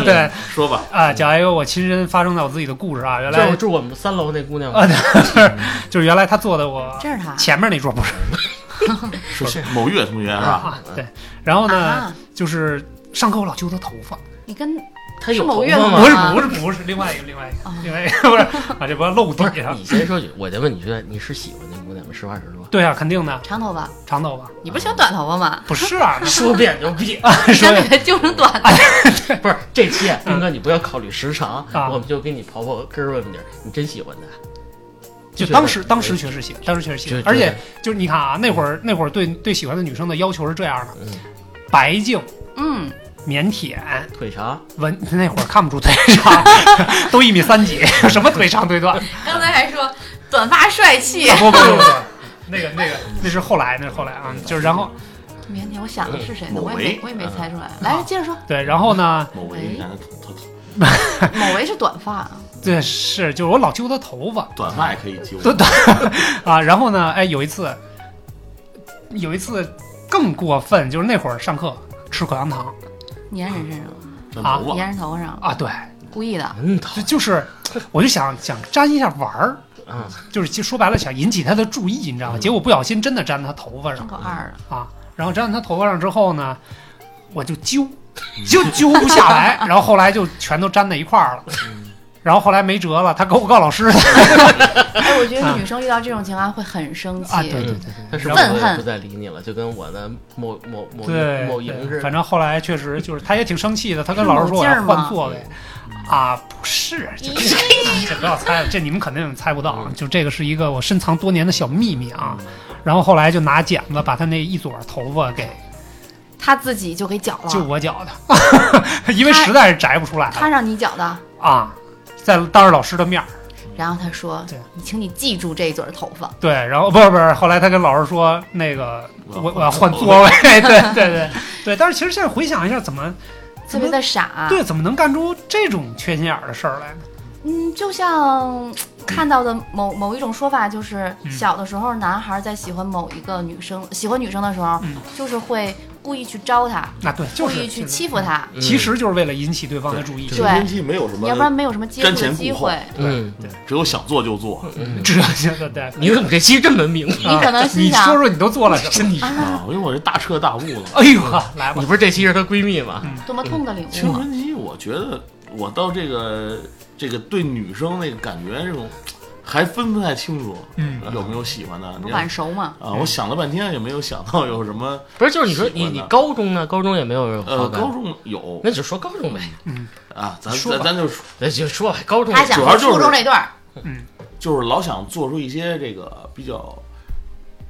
C: 对
D: 说吧，
C: 啊，讲一个我亲身发生在我自己的故事啊，原
A: 就是
C: 来
A: 住我们三楼那姑娘，
C: 啊，对就是原来他坐的我
B: 对这是他
C: 前面那桌不是
A: 是
D: 某月同学是吧？
C: 啊，对，然后呢
B: 啊，
C: 就是上课我老揪他头发，
B: 你跟
A: 她有
B: 是某
A: 头
B: 月
A: 发
B: 吗
A: 吗
C: 不？是
B: 啊
C: 不是不是，另外一个另外一个
B: 啊
C: 另外一个不是啊，这不要露
A: 不
C: 底
A: 是，
C: 上
B: 嗯
A: 你，先说句，我就问你句，你是喜欢那姑娘吗？实话实说，
C: 对啊，肯定的，
B: 长头发，
C: 长头发
B: 你不是喜欢短头发吗？
C: 不是 啊，
A: 说变就变，
C: 那
B: 你
C: 说
B: 刚才揪成短的，
A: 不是这期啊，斌哥你不要考虑时长
C: 啊，
A: 我们就给你刨刨根儿问问底儿，你真喜欢她？
C: 就
A: 觉得
C: 当时当时确实喜欢，当时确实喜
A: 就
C: 欢，
A: 觉
C: 而且
A: 得
C: 就是你看啊，那会儿那会儿对对喜欢的女生的要求是这样的：
A: 嗯
C: 白净、
B: 嗯，
C: 腼腆、
A: 腿长，
C: 文。那会儿看不出腿长， 都一米三几， 什么腿长腿短？
B: 刚才还说短发帅气，
C: 不不不不，那个那个那是后来，那是后来啊，就是然后
B: 腼腆，我想的是谁呢？
D: 某
B: 我也
D: 为
B: 没我也没猜出来。来，接着说，
C: 对，然后呢，
D: 某维，你看他
B: 某维是短发，
C: 对是就是我老揪她头发
D: 短发也可以揪，
C: 对啊，然后呢，哎有一次，有一次更过分，就是那会儿上课吃口香糖
B: 粘人身上了，
D: 那
C: 啊
D: 头发
B: 粘人头上了，
C: 啊，对，
B: 故意的。
A: 嗯，讨
C: 就就是我就想想沾一下玩儿。
A: 啊，
C: 就是其实说白了想引起他的注意，你知道吗？结果不小心真的粘他头发
B: 上
C: 上
B: 高二了，
C: 啊，然后粘他头发上之后呢，我就揪，就揪不下来，然后后来就全都粘在一块儿了。然后后来没辙了，他告我告老师去
B: 哎，我觉得女生遇到这种情况会很生
C: 啊，对对
B: 气，
C: 对
A: 她是不
B: 愤
A: 是
B: 恨
A: 也不再理你了？就跟我的某某某
C: 对，
A: 某营
C: 对
A: 似
C: 反
A: 的，
C: 正后来确实就是他也挺生气的，他跟老师说我要换座位。啊，不是，这这 这不要猜了，这你们肯定猜不到啊。就这个是一个我深藏多年的小秘密啊。然后后来就拿剪子把他那一撮头发给
B: 他自己就给绞了，
C: 就我绞 的，因为实在是摘不出来
B: 他让你绞的，
C: 啊。在当着老师的面儿，
B: 然后他说
C: 对：“
B: 你请你记住这一撮儿头发。
C: 对，然后不是不是，后来他跟老师说，那个
D: 我
C: 我我要换座位，对对对对。但是其实现在回想一下，怎么”
B: 特别的傻，啊
C: 对怎么能干出这种缺心眼儿的事儿来呢？
B: 嗯，就像看到的某某一种说法，就是
C: 嗯
B: 小的时候，男孩在喜欢某一个女生、喜欢女生的时候
C: 嗯，
B: 就是会故意去招她，
C: 那对，就
B: 故
C: 是
B: 意去欺负，她，
A: 嗯
C: 就是其实就是为了引起对方的注意。
B: 对
D: 青春期没有什么
B: 要不然没有什么接触
D: 瞻
B: 的
D: 前
B: 机
D: 顾后
B: 会。
A: 嗯，
D: 只有想做就做
A: 嗯
C: 这些的对，
A: 你怎么这期这么明白？
B: 你可能
C: 啊
B: 心
C: 你
B: 想
C: 说说你都做了什么？你
D: 啊！
B: 嗯
D: 因为我这大彻大悟了。
C: 哎呦呵，来吧
A: 你，不是这期是她闺蜜吗？
B: 多么痛的领
D: 青
B: 悟啊！
D: 春期，我觉得我到这个这个对女生那个感觉，这种还分不太清楚，
C: 嗯
D: 有没有喜欢的？
B: 不
D: 你
B: 晚熟嘛，
D: 啊，我想了半天也没有想到有什么。
A: 不是，就是你说
D: 喜
A: 你
D: 欢的
A: 你高中呢？高中嗯也没有
C: 嗯
D: 呃，
A: 好感
D: 高中有
A: 那就说高中呗，
D: 啊，咱
C: 哎说吧
D: 咱咱就说
A: 那呃就说吧，高中
B: 他想
D: 主
B: 说
D: 要就是
B: 初中这段儿，
D: 就是老想做出一些这个比较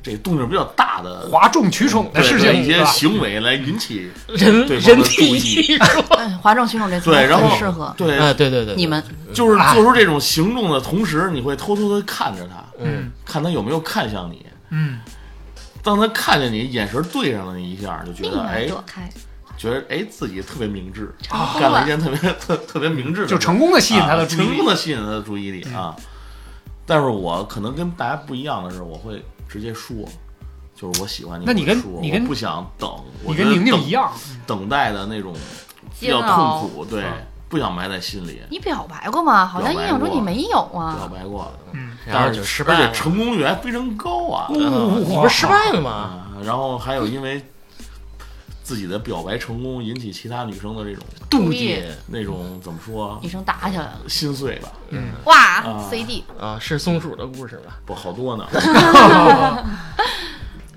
D: 这动静比较大的
C: 哗众取宠的
D: 对
C: 事
D: 对
C: 情
D: 一
C: 是
D: 些
C: 吧？
D: 行为来引起
A: 人
D: 对
A: 人
D: 方的注
A: 体
D: 意
A: 艺术
B: 嗯，哗众取宠这词
D: 对，然后
B: 很适合
D: 对
C: 嗯
A: 啊，对对对，
B: 你们。
D: 就是做出这种行动的同时，你会偷偷的看着他，
A: 嗯，
D: 看他有没有看向你。
C: 嗯，
D: 当他看见你，眼神对上了你一下，就觉
B: 立
D: 得
B: 马
D: 哎，
B: 躲开，
D: 觉得哎自己特别明智，
B: 成功
D: 干了一
B: 了。
D: 件特别 特特别明智的事，
C: 就成功的吸引他的
D: 啊
C: 注意
D: 成
C: 力嗯
D: 功。的吸引他的注意力啊。但是我可能跟大家不一样的是，我会直接说，就是我喜欢你，
C: 那你跟
D: 我说
C: 你跟
D: 我不想等，我
C: 你
D: 觉
C: 跟
D: 得
C: 宁宁
D: 等
C: 一样，
D: 等待的那种比
B: 煎
D: 较
B: 熬啊
D: 痛苦，对
A: 啊
C: 嗯，
D: 不想埋在心里，
B: 你表白过吗？好像
D: 表
B: 印
D: 白
B: 象中
D: 过
B: 你没有
D: 表
B: 啊。
D: 白过，
C: 嗯，
A: 然后
D: 但是
A: 就失败
D: 而
A: 了
D: 且，成功率还非常高啊。
A: 嗯你不是失败了吗？
D: 啊，然后还有因为自己的表白成功引起其他女生的这种
A: 妒
B: 妒
A: 忌
B: 忌
D: 那种怎么说
B: 女生打起来了，
D: 心碎吧，
B: 哇
D: 啊
B: ，CD
A: 啊，是松鼠的故事吧？
D: 不好多呢。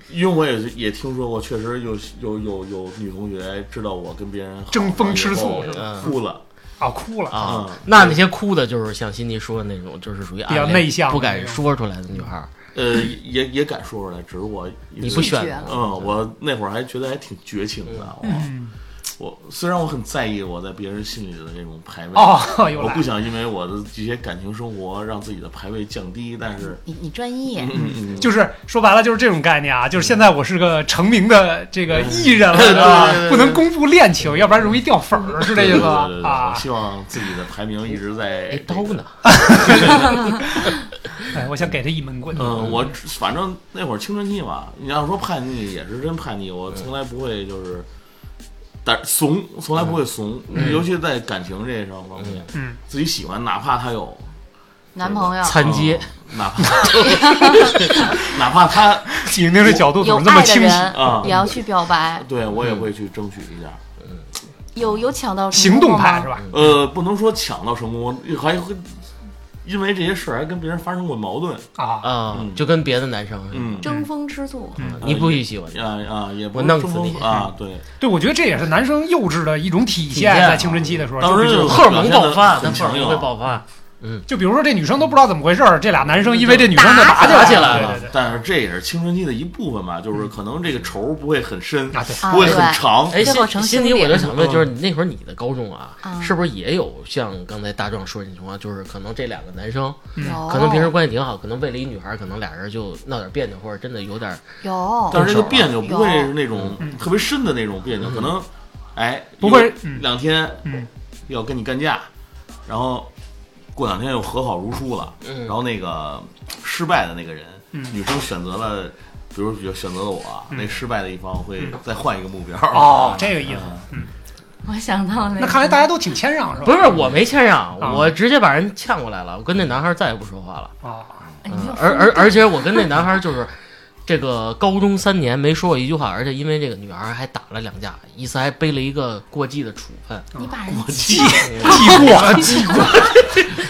D: 因为我也也听说过，确实有有有有女同学知道我跟别人好
C: 争风吃醋
A: 是
D: 然后
A: 吧
D: 哭了。
C: 啊，哭了，
A: 啊
D: 嗯，
A: 那那些哭的，就是像辛迪说的那种，就是属于暗恋
C: 比较内向的
A: 不敢说出来的女孩。
D: 呃，也也敢说出来，只是我
A: 你不选
B: 拒绝了
D: 嗯，我那会儿还觉得还挺绝情的。我
C: 嗯，
D: 我虽然我很在意我在别人心里的这种排位，
C: 哦，又
D: 我
C: 来
D: 不，想因为我的这些感情生活让自己的排位降低，但是
B: 你你专业，
D: 嗯嗯，
C: 就是说白了就是这种概念啊，就是现在我是个成名的这个艺人了，
D: 对对
C: 是吧
D: 对对对
C: 不能公布恋情，要不然容易掉粉儿，是这意思吧
D: 对对对对？我
C: 啊，
D: 希望自己的排名一直在
A: 哎，
D: 这
A: 刀
D: 个
A: 呢？
C: 哎，我想给他一闷棍。
D: 嗯，我只反正那会儿青春期嘛，你要说叛逆也是真叛逆，我从来不会就是，但怂从来不会怂，尤其在感情这上方面，
C: 嗯，
D: 自己喜欢，哪怕他有
B: 男朋友
A: 残疾，
D: 嗯哪怕 哪怕他
C: 宁宁这角度怎
B: 有
C: 么这么
B: 爱的
C: 清晰？
B: 人嗯
D: 啊
B: 也要去表白，
D: 对我也会去争取一下，
B: 有有抢到成
C: 行
B: 功
C: 动
B: 过吗
C: 派是？吧？
D: 呃，不能说抢到成功，还会因为这些事儿还跟别人发生过矛盾，
C: 啊，
A: 啊，
D: 嗯
A: 就跟别的男生是吧
D: 嗯
B: 争风吃醋，
A: 你不许喜欢
D: 啊啊，也不
A: 我
D: 是
A: 弄
D: 争
A: 死
D: 风
A: 你
D: 啊，对，
C: 对，我觉得这也是男生幼稚的一种体现，
A: 体现啊
C: 在青春期的时候，
D: 当时
C: 就是
D: 就
A: 荷尔蒙爆发，他
D: 很
A: 荷尔
D: 强硬
A: 蒙会爆发。
C: 就比如说这女生都不知道怎么回事儿，这俩男生因为这女生就打
A: 打起
C: 起
A: 来了
C: 来了，对对
D: 啊但是这也是青春期的一部分吧，就是可能这个仇不会很深，
C: 对，啊对。
B: 啊
D: 不会很长。
A: 哎，
B: 最后
A: 辛
B: 成
A: 辛
B: 兄
A: 迪，
B: 弟
A: 我就想问，
D: 嗯
A: 就是你那会儿你的高中啊，
B: 啊
A: 是不是也有像刚才大壮说的那种情况，就是可能这两个男生
C: 嗯
B: 有
A: 可能平时关系挺好，可能为了一女孩儿，可能俩人就闹点别扭，或者真的有点
B: 有
D: 但是这个别扭不会
B: 有
D: 是那种
C: 嗯
D: 特别深的那种别扭，可能哎
C: 不会
D: 有
C: 嗯
D: 两天
C: 嗯
D: 要跟你干架，然后过两天又和好如初了，
A: 嗯
D: 然后那个失败的那个人，
C: 嗯
D: 女生选择了，比如选择了我，
C: 嗯
D: 那失败的一方会
C: 嗯
D: 再换一个目标。
C: 哦，这个意思。嗯，
B: 我想到那哎
C: 那看来大家都挺谦让，是吧？
A: 不是我没谦让，
C: 啊
A: 我直接把人呛过来了，我跟那男孩再也不说话了。
C: 啊，
B: 哎
A: 嗯
B: 你就
A: 而而而且我跟那男孩就是，这个高中三年没说过一句话，而且因为这个女孩还打了两架，一次还背了一个过季的处分。
B: 你把人
C: 记记过 记过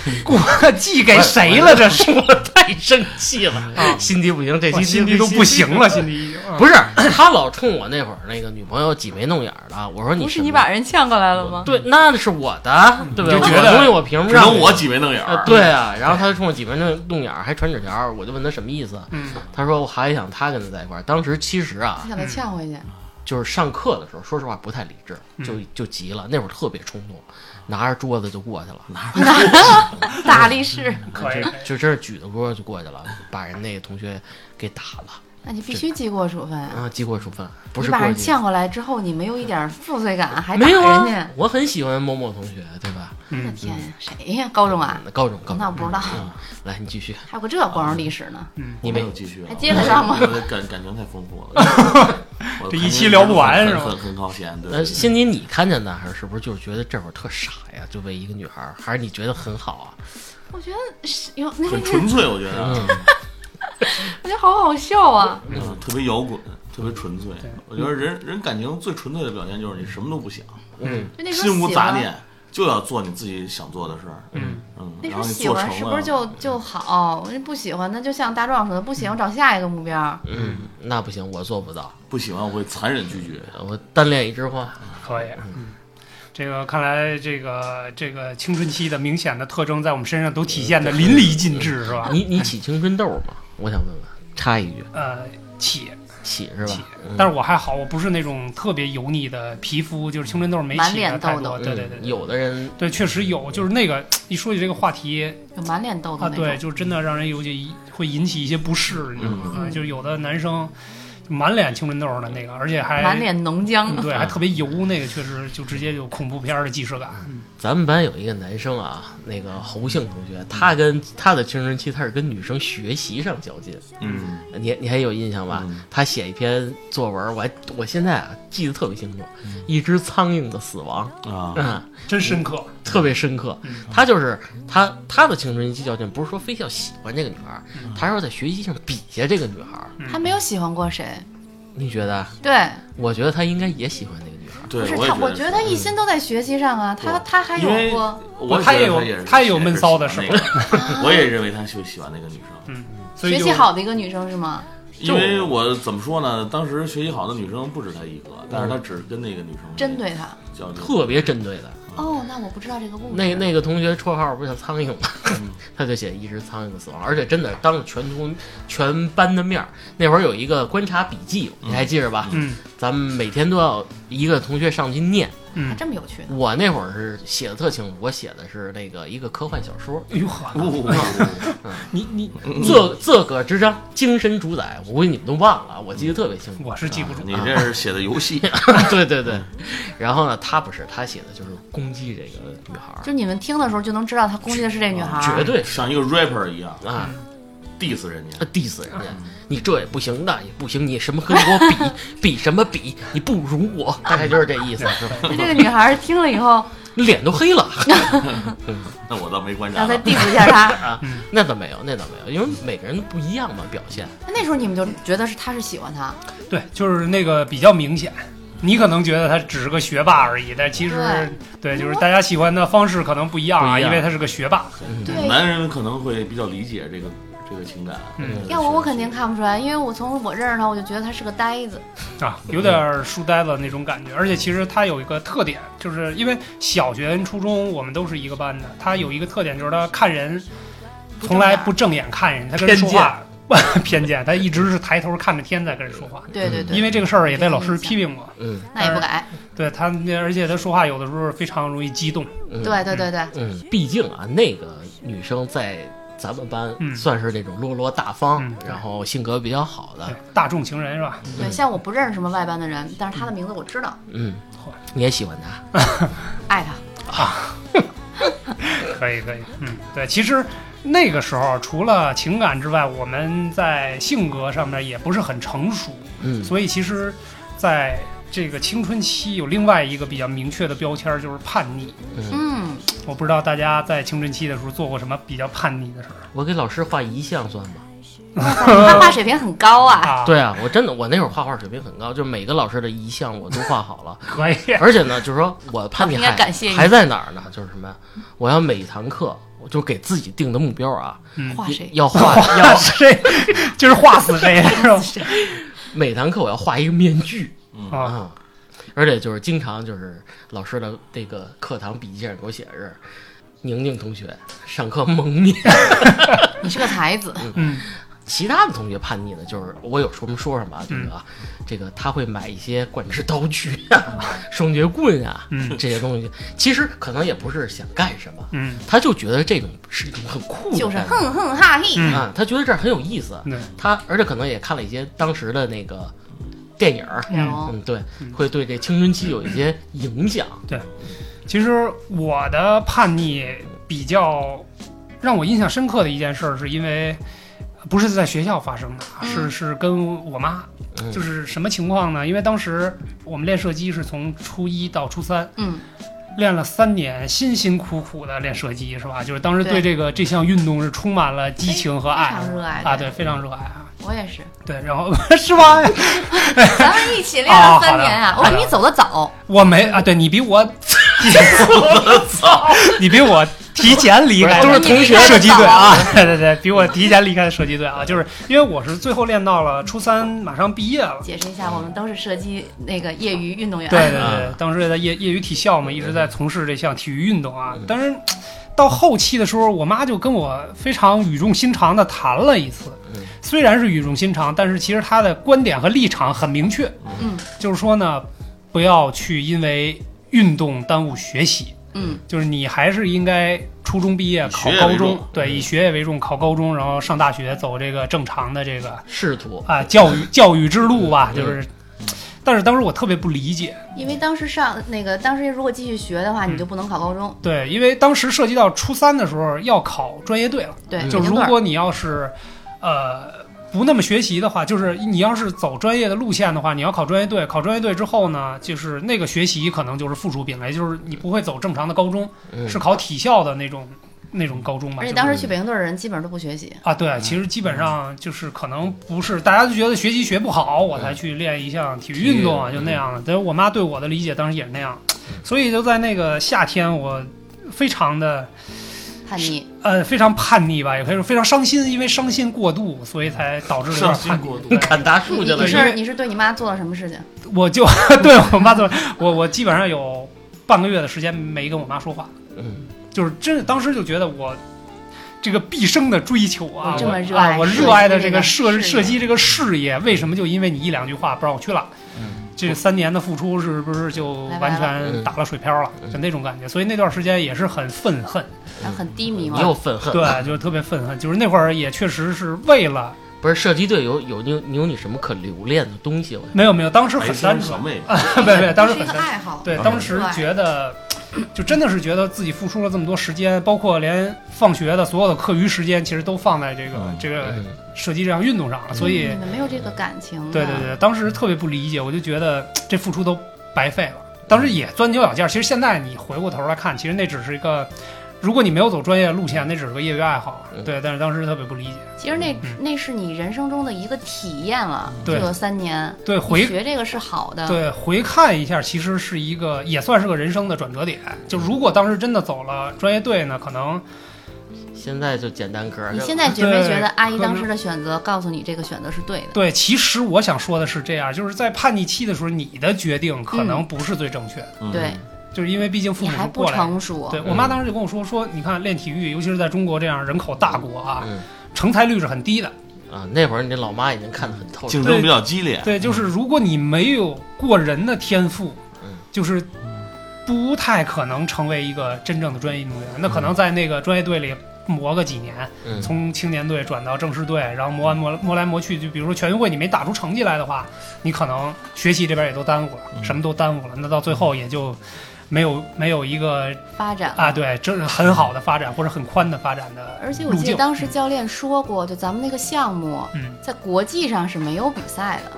C: 过记给谁了？这 是
A: 我太生气了，心迪不行，这期
C: 心里都不行了，心里已经。
A: 不是啊 他老冲我那会儿那个女朋友挤眉弄眼儿的，我说你
B: 不
A: 什
B: 是
A: 么
B: 你把嗯人呛过来了吗？
A: 对，那是我的，对不对？
C: 你就觉
A: 我
C: 得
A: 东西我凭什么
D: 只
A: 让
D: 能
A: 你
D: 我挤眉弄眼
A: 啊
C: 呃
D: 儿，，
A: 对啊，然后他就冲我挤眉弄弄眼儿，还传纸条儿，我就问他什么意思，
C: 嗯，
A: 他说我还想他跟他在一块儿。当时其实啊
B: 你，想再呛回去，
A: 就是上课的时候，说实话不太理智，就就急了，那会儿特别冲动，拿着桌子就过去了，
B: 大力士，
C: 嗯可以
A: 就就真是举着桌子就过去了，把人那个同学给打了，
B: 那你必须记过处分呀。
A: 啊，记过处分，不
B: 你
A: 是
B: 把
A: 过
B: 人
A: 去。
B: 呛回来之后，你没有一点负罪感，还打
A: 没有
B: 人
A: 啊
B: 家，，
A: 我很喜欢某某同学，对吧？
D: 嗯
C: 嗯
B: 我的天呀，谁呀？高中啊？
A: 高中高中，
B: 那我不知道，
A: 嗯来，你继续，
B: 还有个这光荣历史呢。
A: 你没
D: 没有继续了，
B: 还接得上吗
D: 我的感感情太丰富了， 我
C: 这一期聊不完是吧
D: 很很很靠前，对
A: 呃，，心里你看见的还是是不是就是觉得这会儿特傻呀？就为一个女孩儿，还是你觉得很好啊？
B: 我觉得是有那
D: 很
B: 个，
D: 纯粹，我觉得，啊
B: 我觉得好好笑啊！
D: 嗯特别摇滚，特别纯粹。我觉得人人感情最纯粹的表现就是你什么都不想，
B: 就那时候
D: 心无
B: 喜
D: 杂
B: 欢，
D: 念，就要做你自己想做的事儿。嗯
B: 那时
D: 然
B: 候
D: 后你
B: 喜
D: 做成
B: 欢
D: 了，嗯
B: 是不是就就好？那不喜欢，那就像大壮说的，不喜欢我找下一个目标。
A: 嗯，那不行，我做不到，
D: 不喜欢？我会残忍拒绝。
A: 我单恋一枝花。
C: 可以。嗯，这个看来，这个这个青春期的明显的特征在我们身上都体
B: 嗯
C: 现的淋漓尽致，是吧？
A: 你你起青春痘吗？我想问问，插一句，
C: 呃，起
A: 起是
C: 起
A: 吧？嗯
C: 但是我还好，我不是那种特别油腻的皮肤，就是青春痘没
B: 满
C: 起
B: 脸
C: 的太
B: 痘
C: 多。
B: 痘
C: 对对对，
A: 嗯有的人
C: 对，确实有，就是那个一说起这个话题
B: 就满脸痘痘
C: 啊，
B: 那种。
C: 对，就是真的让人有些会引起一些不适，你知道
B: 嗯
C: 吗？啊就有的男生满脸青春痘的那个，而且还
B: 满脸浓
C: 嗯
B: 浆，
C: 对，还特别油，那个确实就直接有恐怖片儿的既视感。
B: 嗯
A: 咱们班有一个男生啊，那个侯姓同学，他跟他的青春期他是跟女生学习上较劲，
D: 嗯，
A: 你你还有印象吧？
D: 嗯
A: 他写一篇作文，我还我现在啊记得特别清楚，一只苍蝇的死亡》
D: 啊，
A: 啊，
C: 真深刻。
B: 嗯
A: 特别深刻。他就是他他的青春期较劲，不是说非要喜欢这个女孩儿，他说在学习上比下这个女孩儿。
B: 他没有喜欢过谁。
A: 你觉得？
B: 对，
A: 我觉得他应该也喜欢那个女孩儿。
B: 不
D: 对，
B: 是
D: 我也
B: 他，我觉
D: 觉嗯
B: 得他一心都在学习上啊，他他还
D: 因为
B: 有过。
D: 我
C: 他也
D: 也觉
C: 有
D: 得也是
C: 他也有闷骚的
D: 喜
C: 时嗯
D: 欢那 个我也认为他就喜欢那个女生，
C: 所以
B: 学
C: 就
B: 习好的一个女生是吗？
D: 因为我怎么说呢？当时学习好的女生不止她一个，但是
C: 嗯
D: 她只跟那个女生
B: 针对她。
D: 较劲，
A: 特别针对的
D: 嗯
B: 哦，那我不知道这个故事。
A: 那那个同学绰号不叫苍蝇吗？ 他就写一只苍蝇的死亡，而且真的当着全同全班的面儿，那会儿有一个观察笔记，你还记着吧？
C: 嗯，
A: 咱们每天都要一个同学上去念。
B: 还这么有趣呢。
A: 我那会儿是写的特清楚，我写的是那个一个科幻小说，
C: 哎呦呵，
D: 不，
C: 你你
A: 这这个之章精神主宰，我估计你们都忘了，我记得特别清楚。
C: 我是记
A: 啊
C: 不住，
D: 你这是写的游戏，
C: 啊
A: 对对对，然后呢，他不是，他写的就是攻击这个女孩儿，
B: 就你们听的时候就能知道她攻击的是这女孩儿。
A: 绝对是
D: 像一个 rapper 一样
A: 啊。
D: diss 人家
A: 他。diss 人家，你这也不行，那也不行，你什么跟我比， 比什么比？你不如我，大概就是这意思，是吧？
B: 就这个女孩儿听了以后，
A: 脸都黑了，
D: 那我倒没观察
B: 让她
D: 到，
B: diss 一下她。
A: 那倒没有，那倒没有，因为每个人不一样嘛，表现。
B: 那那时候你们就觉得是她是喜欢他，
C: 对，就是那个比较明显。你可能觉得他只是个学霸而已，但其实对，就是大家喜欢的方式可能不一样
A: 不
C: 啊，
A: 一样
C: 因为他是个学霸。
B: 对
D: 男人可能会比较理解这个这个情感。
C: 嗯
B: 要我我肯定看不出来，因为我从我认识她，我就觉得她是个呆子。
C: 啊，有点儿书呆子那种感觉。而且其实他有一个特点，就是因为小学跟初中我们都是一个班的，他有一个特点就是他看人从来不正眼看人，他跟人说话 偏见，他一直是抬头看着天在跟人说话。
B: 对对对，
C: 嗯因为这个事儿也被老师批评过，
A: 嗯
B: 那也不改。
C: 对他，而且他说话有的时候非常容易激动。
A: 嗯
B: 对对对对，
A: 嗯，毕竟啊，那个女生在咱们班
C: 嗯
A: 算是那种落落大方，
C: 嗯
A: 然后性格比较好
C: 对
A: 的，，
C: 大众情人是吧？
B: 对，像我不认识什么外班的人，但是她的名字我知道，
A: 嗯，你也喜欢她，
C: 嗯
B: 爱她。
C: 可以可以，嗯，对，其实那个时候除了情感之外，我们在性格上面也不是很成熟，
A: 嗯
C: 所以其实在这个青春期有另外一个比较明确的标签儿就是叛逆。
B: 嗯，
C: 我不知道大家在青春期的时候做过什么比较叛逆的事儿
A: 我给老师画遗像算吗？
B: 画画嗯水平很高啊。
C: 啊？，
A: 对啊，我真的，我那会儿画画水平很高，就每个老师的遗像我都画好了，
C: 可以，
A: 而且呢，就是说我叛逆
B: 应该
A: 还
B: 感谢你
A: 还在哪儿呢？就是什么呀？我要每一堂课，我就给自己定的目标啊，
B: 画谁？
A: 要画
C: 画
A: 要
C: 谁就是画死谁是吧？
A: 每堂课我要画一个面具
C: 啊，
A: 啊，而且就是经常就是老师的这个课堂笔记上给我写的是。宁宁同学上课蒙面，
B: 你是个才子，
C: 嗯，
A: 其他的同学叛逆呢，就是我有什么说什么啊，这个啊，这个他会买一些管制刀具啊、 双截棍啊、
C: 嗯
A: 这些东西，其实可能也不是想干什么，
C: 嗯，
A: 他就觉得这种是一种很酷的
B: 就是
A: 感觉
B: 哼哼哈嘿，
C: 嗯
A: 啊，他觉得这儿很有意思，
C: 对
A: 他而且可能也看了一些当时的那个电影儿，
B: 内容
A: 嗯，对，会对这青春期有一些影响，
C: 其实我的叛逆比较让我印象深刻的一件事，是因为不是在学校发生的，啊
B: 嗯
C: 是是跟我妈，
A: 嗯
C: 就是什么情况呢？因为当时我们练射击是从初一到初三，
B: 嗯，
C: 练了三年，辛辛苦苦的练射击，是吧？就是当时
B: 对
C: 对这个这项运动是充满了激情和爱
B: 非常热爱
C: 啊，对，，非常热爱啊。
B: 我也 是，
C: 对，然后是吧？
B: 咱们一起练了三年啊，
C: 哦好
B: 我
C: 的
B: 比你走的早，
C: 我没啊，对你比我， 你比我提前离开了，
A: 不是都是同学
C: 射击队啊，对对对，比我提前离开的射击队啊，就是因为我是最后练到了初三，马上毕业了。
B: 解释一下，我们都是射击那个业余运动员，
C: 嗯对对对
A: 啊，
C: 当时也在业业余体校嘛，一直在从事这项体育运动啊。但是到后期的时候，我妈就跟我非常语重心长的谈了一次
A: 嗯，
C: 虽然是语重心长，但是其实她的观点和立场很明确，
B: 嗯
C: 就是说呢，不要去因为运动耽误学习。
B: 嗯，
C: 就是你还是应该初中毕业考
D: 学业
C: 高
D: 为
C: 中
D: 重，嗯
C: 对，以学业为重考高中，然后上大学走这个正常的这个
A: 仕途，
C: 啊教育教育之路吧，
A: 嗯
C: 就是。但是当时我特别不理解，
D: 嗯
B: 因为当时上那个当时如果继续学的话，你就不能考高中，
C: 对，因为当时涉及到初三的时候要考专业队了，
D: 嗯
B: 对，
C: 就
B: 北京
C: 是如
B: 队儿
C: 果你要是，呃。不那么学习的话，就是你要是走专业的路线的话，你要考专业队。考专业队之后呢，就是那个学习可能就是附属品了，也就是你不会走正常的高中，
A: 嗯
C: 是考体校的那种那种高中嘛。
B: 而且
C: 就是
B: 当时去北京队儿的人基本上都不学习，
C: 啊，对，其实基本上就是可能不是大家都觉得学习学不好，我才去练一项嗯体育运动啊，
A: 体育
C: 就那样的。但是我妈对我的理解当时也是那样，所以就在那个夏天，我非常的
B: 叛逆，
C: 呃非常叛逆吧，也可以说非常伤心，因为伤心过度，所以才导致了有点
D: 伤心
C: 叛逆
D: 过度
C: 嗯对
A: 砍大树
B: 你
A: 去了
B: 你
C: 因
B: 是
C: 为
B: 你是对你妈做了什么事情？
C: 我就 对我妈怎么，我我基本上有半个月的时间没跟我妈说话，
A: 嗯，
C: 就是真的当时就觉得我这个毕生的追求
B: 我
C: 啊，我
B: 这么热爱
C: 啊我
B: 射
C: 热爱的
B: 击
C: 这
B: 这个
C: 个射
B: 事业
C: 射击这个事业，为什么就因为你一两句话不让我去了？
A: 嗯
C: 这三年的付出是不是就
B: 拜拜
C: 完
A: 了
C: 全打了水漂了？
A: 嗯
C: 就那种感觉，所以那段时间也是很愤恨，
B: 然后很低迷
A: 你
B: 嘛，
A: 又愤恨，
C: 对，就是特别愤恨，就是那会儿也确实是为了
A: 不是射击队有有你有你有你什么可留恋的东西？我
C: 没有没有，当时很
D: 白
C: 单
D: 生小
C: 纯，啊
D: 妹，
C: 不不，当时
B: 嗯是一
C: 很
B: 个
C: 单纯。
B: 爱好，
C: 对，
D: 嗯
C: 当时觉得，就真的是觉得自己付出了这么多时间，包括连放学的所有的课余时间，其实都放在这个、
D: 嗯
C: 这个
A: 嗯
C: 射击这项运动上了。所以
B: 嗯你，们没有这个感情啊的，
C: 对对对，当时特别不理解，我就觉得这付出都白费了。当时也钻牛角尖儿。其实现在你回过头来看，其实那只是一个，如果你没有走专业路线，那只是个业余爱好
A: 嗯。
C: 对，但是当时特别不理解。
B: 其实那
C: 嗯
B: 那是你人生中的一个体验了，
C: 对
B: 这三年，
C: 对，
B: 你
C: 回
B: 学这个是啊好的，
C: 对，回看一下，其实是一个也算是个人生的转折点。就如果当时真的走了专业队呢，可能
A: 现在就简单歌，
B: 你现在觉没觉得
C: 对
B: 阿姨
C: 可能
B: 当时的选择告诉你这个选择是对的？
C: 对，其实我想说的是这样，就是在叛逆期的时候，你的决定可能不是最正确的，
D: 嗯
B: 对，
C: 就是因为毕竟父
B: 嗯你
C: 母
B: 还
C: 是
B: 不
C: 过来人。
B: 成熟，
A: 嗯
C: 对我妈当时就跟我说说，你看练体育，尤其是在中国这样人口大国啊，
A: 嗯
C: 成才率是很低的。
A: 啊，那会儿你这老妈已经看得很透了，
D: 竞争比较激烈，
C: 对，就是如果你没有过人的天赋
A: 嗯，
C: 就是不太可能成为一个真正的专业运动员。那可能在那个专业队里磨个几年，
A: 嗯，
C: 从青年队转到正式队，然后磨
D: 嗯
C: 完磨磨来磨去，就比如说全运会你没打出成绩来的话，你可能学习这边也都耽误了，
D: 嗯
C: 什么都耽误了，那到最后也就没有没有一个
B: 发展
C: 啊，。对，这是很好的发展或者很宽的发展的
B: 而且我
C: 路
B: 记得
C: 径。
B: 当时教练说过，就咱们那个项目
C: 嗯
B: 在国际上是没有比赛的，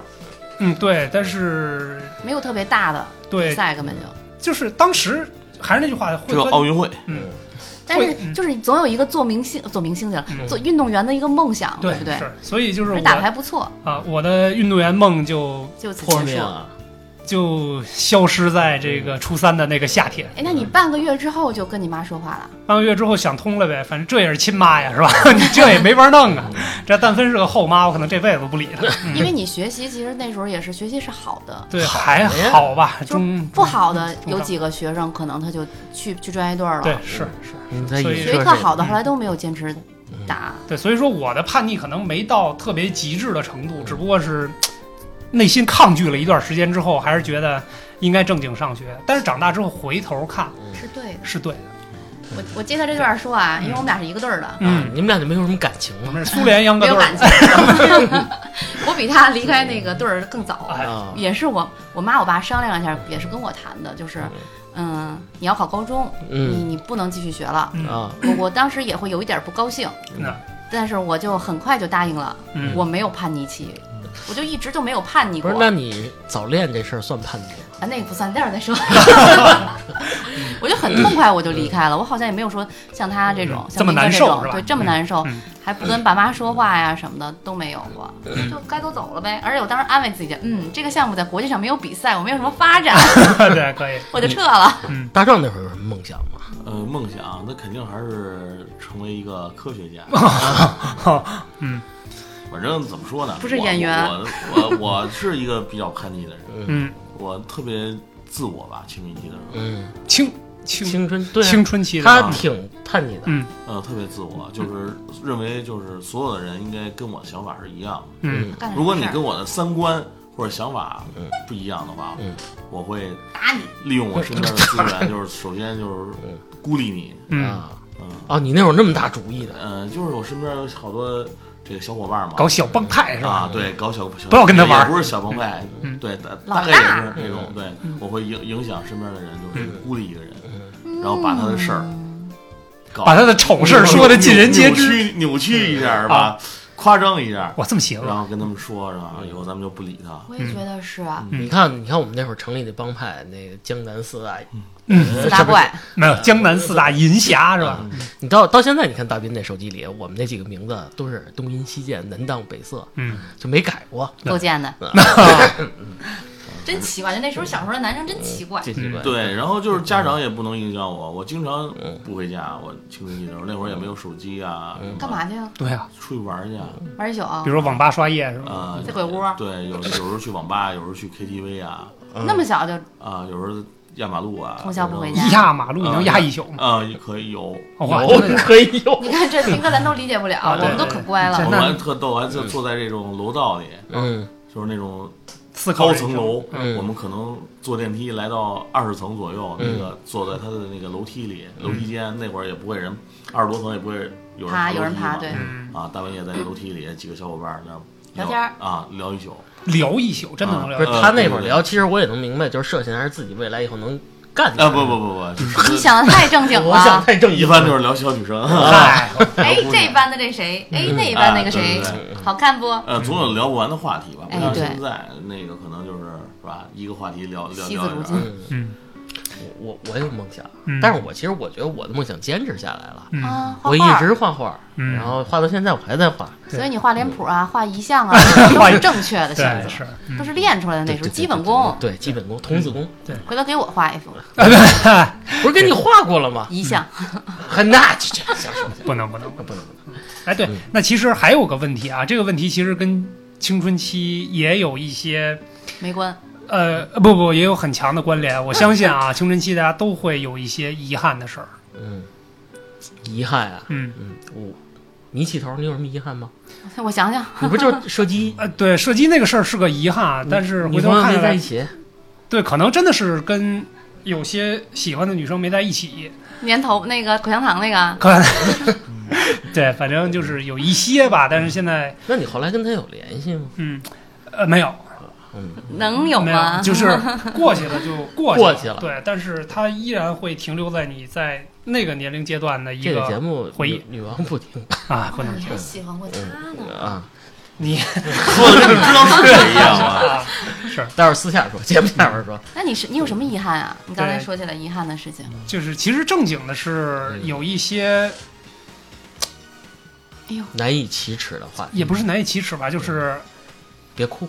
C: 嗯，对，但是
B: 没有特别大的比
C: 对，
B: 赛根本就。就是
C: 就是当时还是那句话，
D: 这
C: 会
D: 个
C: 跟
D: 奥运会，
C: 嗯，
B: 但是
C: 嗯
B: 就是你总有一个做明星、做明星去了，
C: 嗯
B: 做运动员的一个梦想，
C: 对
B: 不对？
C: 是，所以就是
B: 而
C: 我
B: 打得还不错，
C: 啊，我的运动员梦就
B: 就此
A: 破
B: 结
A: 灭
B: 束。
A: 了，
C: 就消失在这
D: 嗯
C: 个初三的那个夏天。
B: 哎，那你半个月之后就跟你妈说话了？
C: 半个月之后想通了呗，反正这也是亲妈呀，是吧？ 你这也没法弄啊。这但凡是个后妈，我可能这辈子都不 理她。
B: 因为你学习其实那时候也是学习是好的，
C: 对，还好吧，
B: 就
C: 中
B: 不好的
C: 中
B: 有几个学生可能他就去去专业队了。
C: 嗯对嗯是是
A: 你在
C: 所以
A: 影
B: 学习
A: 射
B: 特
A: 谁
B: 好的后来都没有坚持打。
C: 对，所以说我的叛逆可能没到特别极致的程度，只不过是内心抗拒了一段时间之后，还是觉得应该正经上学。但是长大之后回头看
B: 是对的，
C: 是对的，
B: 我我接他这段说啊，因为我们俩是一个队儿的，
A: 啊
C: 嗯，，
A: 你们俩就没有什么感情
C: 我
A: 了
C: 们是苏联秧歌
B: 没有
C: 队
B: 感
C: 儿，
B: 情。 我比他离开那个队儿更早，
C: 哎
A: 啊？
B: 也是我我妈我爸商量一下，也是跟我谈的，就是，嗯，你要考高中，你
A: 嗯
B: 你不能继续学了。
C: 嗯
A: 啊，
B: 我我当时也会有一点不高兴，
C: 那
B: 但是我就很快就答应了，
C: 嗯
B: 我没有叛逆期，我就一直就没有叛逆
A: 不
B: 过。
A: 是，那你早恋这事儿算叛逆吗？
B: 啊，那个不算，待会儿再 说。我就很痛快，我就离开了。我好像也没有说像他这种
C: 嗯
B: 像
C: 这么
B: 明哥
C: 难
B: 这
C: 受
B: 种
C: 是吧
B: 对，这么难受
C: 嗯嗯，嗯
B: 还不跟爸妈说话呀什么的都没有过，嗯就该走走了呗。而且我当时安慰自己，嗯，这个项目在国际上没有比赛，我没有什么发 展，
C: 对可以，
B: 我就撤了。
A: 大壮那会儿有什么梦想吗？
D: 呃，梦想那肯定还是成为一个科学家。
C: 嗯
D: 反正怎么说呢，
B: 不是
D: 我
B: 演员
D: 我我我是一个比较叛逆的人，
C: 嗯，
D: 我特别自我吧，青春期的时候，
A: 嗯，
C: 青青
A: 青春对啊，
C: 青春期的
A: 他
C: 啊
A: 挺叛逆的，
C: 嗯
D: 呃，特别自我，就是
B: 嗯
D: 认为就是所有的人应该跟我的想法是一样的。
C: 嗯
B: 干点
D: 如果你
B: 事儿
D: 跟我的三观或者想法
A: 嗯
D: 不一样的话，
A: 嗯
D: 我会
B: 打你，
D: 利用我身边的资源，就是首先就是
A: 嗯
D: 孤立你，
C: 嗯，
A: 啊
D: 嗯
A: 啊，你那会儿那么大主意的，
D: 呃，就是我身边有好多这个小伙伴嘛，
C: 搞小帮派是吧？
D: 啊，对，搞小小
C: 不要跟他玩儿
D: 也不是小帮派，
C: 嗯
D: 对，大
B: 老
D: 大概也
B: 大
D: 是那种，对，我会影影响身边的人，就是孤立一个人，
A: 嗯，
B: 嗯
D: 然后把他的事儿搞
C: 把他的丑事儿说的尽人皆知。嗯啊
D: 扭曲扭曲一下儿吧，夸张一下儿，
C: 哇，这么邪
D: 然
C: 恶！
D: 后跟他们说，然后以后咱们就不理他。
B: 我也觉得是啊，
A: 你看，你看我们那会儿成立的帮派，那个江南四大，
C: 嗯，
B: 四大怪，
C: 没有江南四大银侠是吧？
A: 你到到现在，你看大斌那手机里，我们那几个名字都是东阴西涧、南荡北涩，
C: 嗯，
A: 就没改过，
B: 够贱的
A: 嗯，
B: 真奇怪。就那时候小时候的男生真奇
D: 嗯
B: 怪，
A: 这奇怪。
D: 对，哦然后就是家长也不能影响我，我经常
C: 嗯
D: 不回家，我青春期的时候那会儿也没有手机啊，什么
B: 干嘛去啊？
C: 对啊，
D: 出去玩儿去啊？
B: 玩一宿啊
C: 比？如说网吧刷夜是吧？
D: 啊，
B: 在鬼屋
D: 对， 有有时候去网吧，有时候去 KTV 啊，
B: 那么小就
D: 啊，有时候压马路啊，
B: 通宵不回家
C: 压马路能压一宿吗？
D: 啊，也可以有。
C: 哇，
A: 嗯有
C: 真的假的
A: 可以有，
B: 你看这兵哥咱都理解不了，
C: 啊
B: 我
C: 对
B: 们都可乖
D: 我
B: 了
C: 对。
D: 们还特逗，还就坐在这种楼道里，
A: 嗯
D: 就是那种
C: 思考
D: 高
C: 人生
D: 层楼，
A: 嗯
D: 我们可能坐电梯来到二十层左右，那个坐在他的那个楼梯里，楼梯间那会儿也不会人，二十多层也不会有人
B: 爬有人
D: 楼梯
B: 爬
D: 嘛
B: 对
C: 嗯
D: 啊，大半夜在楼梯里几个小伙伴儿那儿
B: 聊天儿
D: 啊，聊一宿，
C: 聊一宿，真的能聊
A: 不
C: 一
A: 是
C: 宿。
A: 他那会儿
D: 对对对
A: 聊，其实我也能明白，就是涉嫌还是自己未来以后能干的
D: 啊不不不不，
B: 你
D: 就是啊
B: 想的太正经
A: 我想
B: 了。
A: 太正
D: 一
A: 经
D: 般
A: 了，
D: 就是聊小女 生，
C: 哎，
B: 哎，这班的这谁？哎，那班那个谁
D: 啊对
A: 对，
B: 好看不？
D: 呃，总有聊不完的话题吧，
B: 嗯
D: 不
B: 哎
D: 像
B: 对
D: 现在那个可能就是是吧，一个话题聊聊
B: 惜字
D: 聊
B: 如
D: 一
B: 金
D: 点。
A: 嗯，
C: 嗯
A: 我我有梦想，
C: 嗯
A: 但是我其实我觉得我的梦想坚持下来了，
C: 嗯，
B: 啊，画
A: 我
B: 画
A: 一直画画，
C: 嗯
A: 然后画到现在我还在画，
B: 所以你画脸谱啊，画遗像啊，都是正确的选
C: 对
B: 择，
C: 是，
B: 都是练出来的那时候
A: 对
B: 基本功。，
A: 对对对对对基本功，童
C: 嗯
A: 子功，
B: 回头给我画一幅
C: 哎
A: 不是给你画过了吗？
B: 遗像，
A: 还那这这瞎说，
C: 不能不能。
A: 不能
C: 哎，对，那其实还有个问题啊，这个问题其实跟青春期也有一些
B: 没关。
C: 呃，不不，也有很强的关联。我相信啊，青春期大家都会有一些遗憾的事儿。
A: 嗯，遗憾啊，
C: 嗯，？
A: 嗯，我你起头，你有什么遗憾吗？
B: 我想想，
A: 你不就是射击
C: 呃，对，射击那个事儿是个遗憾啊，但是
A: 你
C: 回
A: 朋
C: 头
A: 友
C: 看
A: 没
C: 下
A: 在一
C: 来，
A: 起，
C: 对，可能真的是跟有些喜欢的女生没在一起，
B: 年头那个口香糖那个，
C: 可能
A: 嗯
C: 对，反正就是有一些吧。但是现在，
A: 那你后来跟他有联系吗？
C: 嗯，呃，没有，
A: 嗯，
B: 能有
C: 没
B: 吗？
C: 有，就是过去了就过
A: 过去
C: 去
A: 了
C: 对，但是它依然会停留在你在那个年龄阶段的一
A: 这个节
C: 个
A: 目
C: 回忆
A: 女女王不听
C: 啊，不能
B: 哎你
C: 停
B: 还喜欢过他呢？
A: 啊，
C: 你
D: 说的跟你知道是谁一样吗？
C: 啊，
A: 待会儿私下说，节目下边说。
C: 嗯
B: 那你是你有什么遗憾啊？你刚才
C: 对
B: 说起来遗憾的事情，
C: 就是其实正经的是
A: 嗯
C: 有一些
B: 哎呦，
A: 难以启齿的话题，
C: 也不是难以启齿吧，就是
A: 别 哭。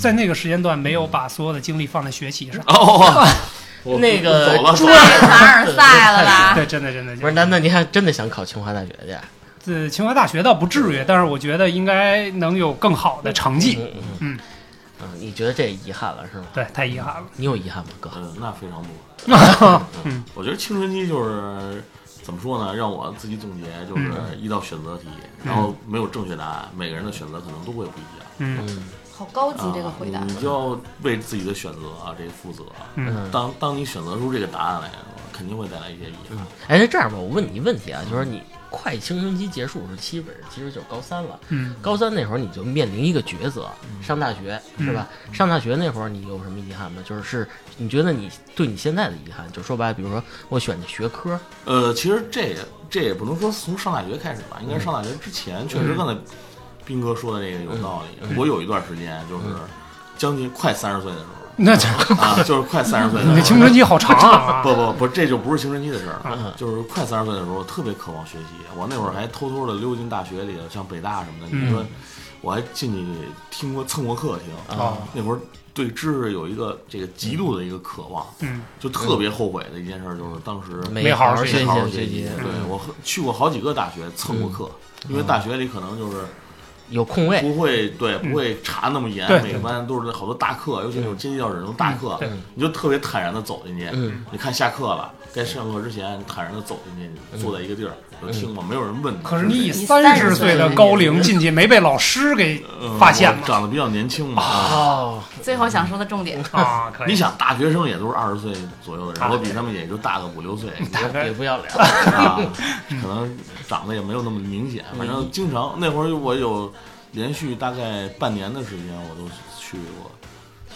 C: 在那个时间段没有把所有的精力放在学习上。
D: 哦， 我
A: 那个
D: 走了，走
A: 朱
B: 这
D: 了
B: 也凡尔赛了吧？
C: 对，真的真的。真的
A: 不是，那那你还真的想考清华大学去？
C: 这清华大学倒不至于，但是我觉得应该能有更好的成绩。
A: 嗯嗯
C: 嗯
A: 嗯，你觉得这遗憾了是吗？
C: 对，太遗憾了。
A: 你有遗憾吗，哥？
D: 嗯，那非常多。
B: 嗯
D: 我觉得青春期就是怎么说呢？让我自己总结就是
B: 嗯
D: 一道选择题，然后没有正确答案，每个人的选择可能都会不一样。
C: 嗯，
B: 好高级
D: 啊
B: 这个回答，
D: 你就要为自己的选择啊这负责。
A: 嗯，
D: 当当你选择出这个答案来的时候，肯定会带来一些遗憾。
A: 哎，那这样吧，我问你一问题啊，就是你快青春期结束时，基本其实就是高三了。
C: 嗯，
A: 高三那会儿你就面临一个抉择，上大学是吧？上大学那会儿你有什么遗憾吗？就是是你觉得你对你现在的遗憾，就说白了，比如说我选的学科，
D: 呃，其实这也这也不能说从上大学开始吧，应该是上大学之
C: 嗯
D: 前，确实刚才斌哥说的这个有道理。我有一段时间就是
C: 嗯
D: 将近快三十岁的时候。
C: 那这
D: 啊，就是快三十岁的时候，
C: 你的青春期好长 啊！
D: 不不不，这就不是青春期的事儿
A: 嗯
D: 了，就是快三十岁的时候，我特别渴望学习。我那会儿还偷偷的溜进大学里，像北大什么的，
C: 嗯
D: 你说我还进去听过蹭过课
A: 啊
D: 听。
C: 哦
D: 那会儿对知识有一个这个极度的一个渴望，
C: 嗯，
D: 就特别后悔的一件事儿，就是当时
A: 没
C: 好好
A: 好
C: 学
A: 习
D: 好好
A: 学
D: 习。嗯对我和去过好几个大学蹭
C: 嗯
D: 过课，因为大学里可能就是
A: 有空位，
D: 不会对不会查那么严
C: 哎嗯
D: 每
C: 对，
D: 个班都是好多大课，尤其那种阶级教室那种大课
C: 对，
D: 你就特别坦然的走进去
A: 嗯。
D: 你看下课了，该上课之前，你坦然的走进去，坐在一个地儿就听嘛，没有人问你。
C: 嗯可是你以
B: 你
C: 三十
B: 30
C: 岁
B: 岁
C: 的
B: 的
C: 高龄进去，没被老师给
D: 呃
C: 发现
D: 我
C: 吗？
D: 长得比较年轻嘛。啊
A: 哦，
B: 最后想说的重点，
C: 啊，可以。
D: 你想，大学生也都是二十岁左右的人，
C: 啊
D: 我比他们也就大个五六岁，
C: 大概
A: 也不要脸，
D: 啊，可能长得也没有那么明显。反正经常那会儿我有连续大概半年的时间，我都去过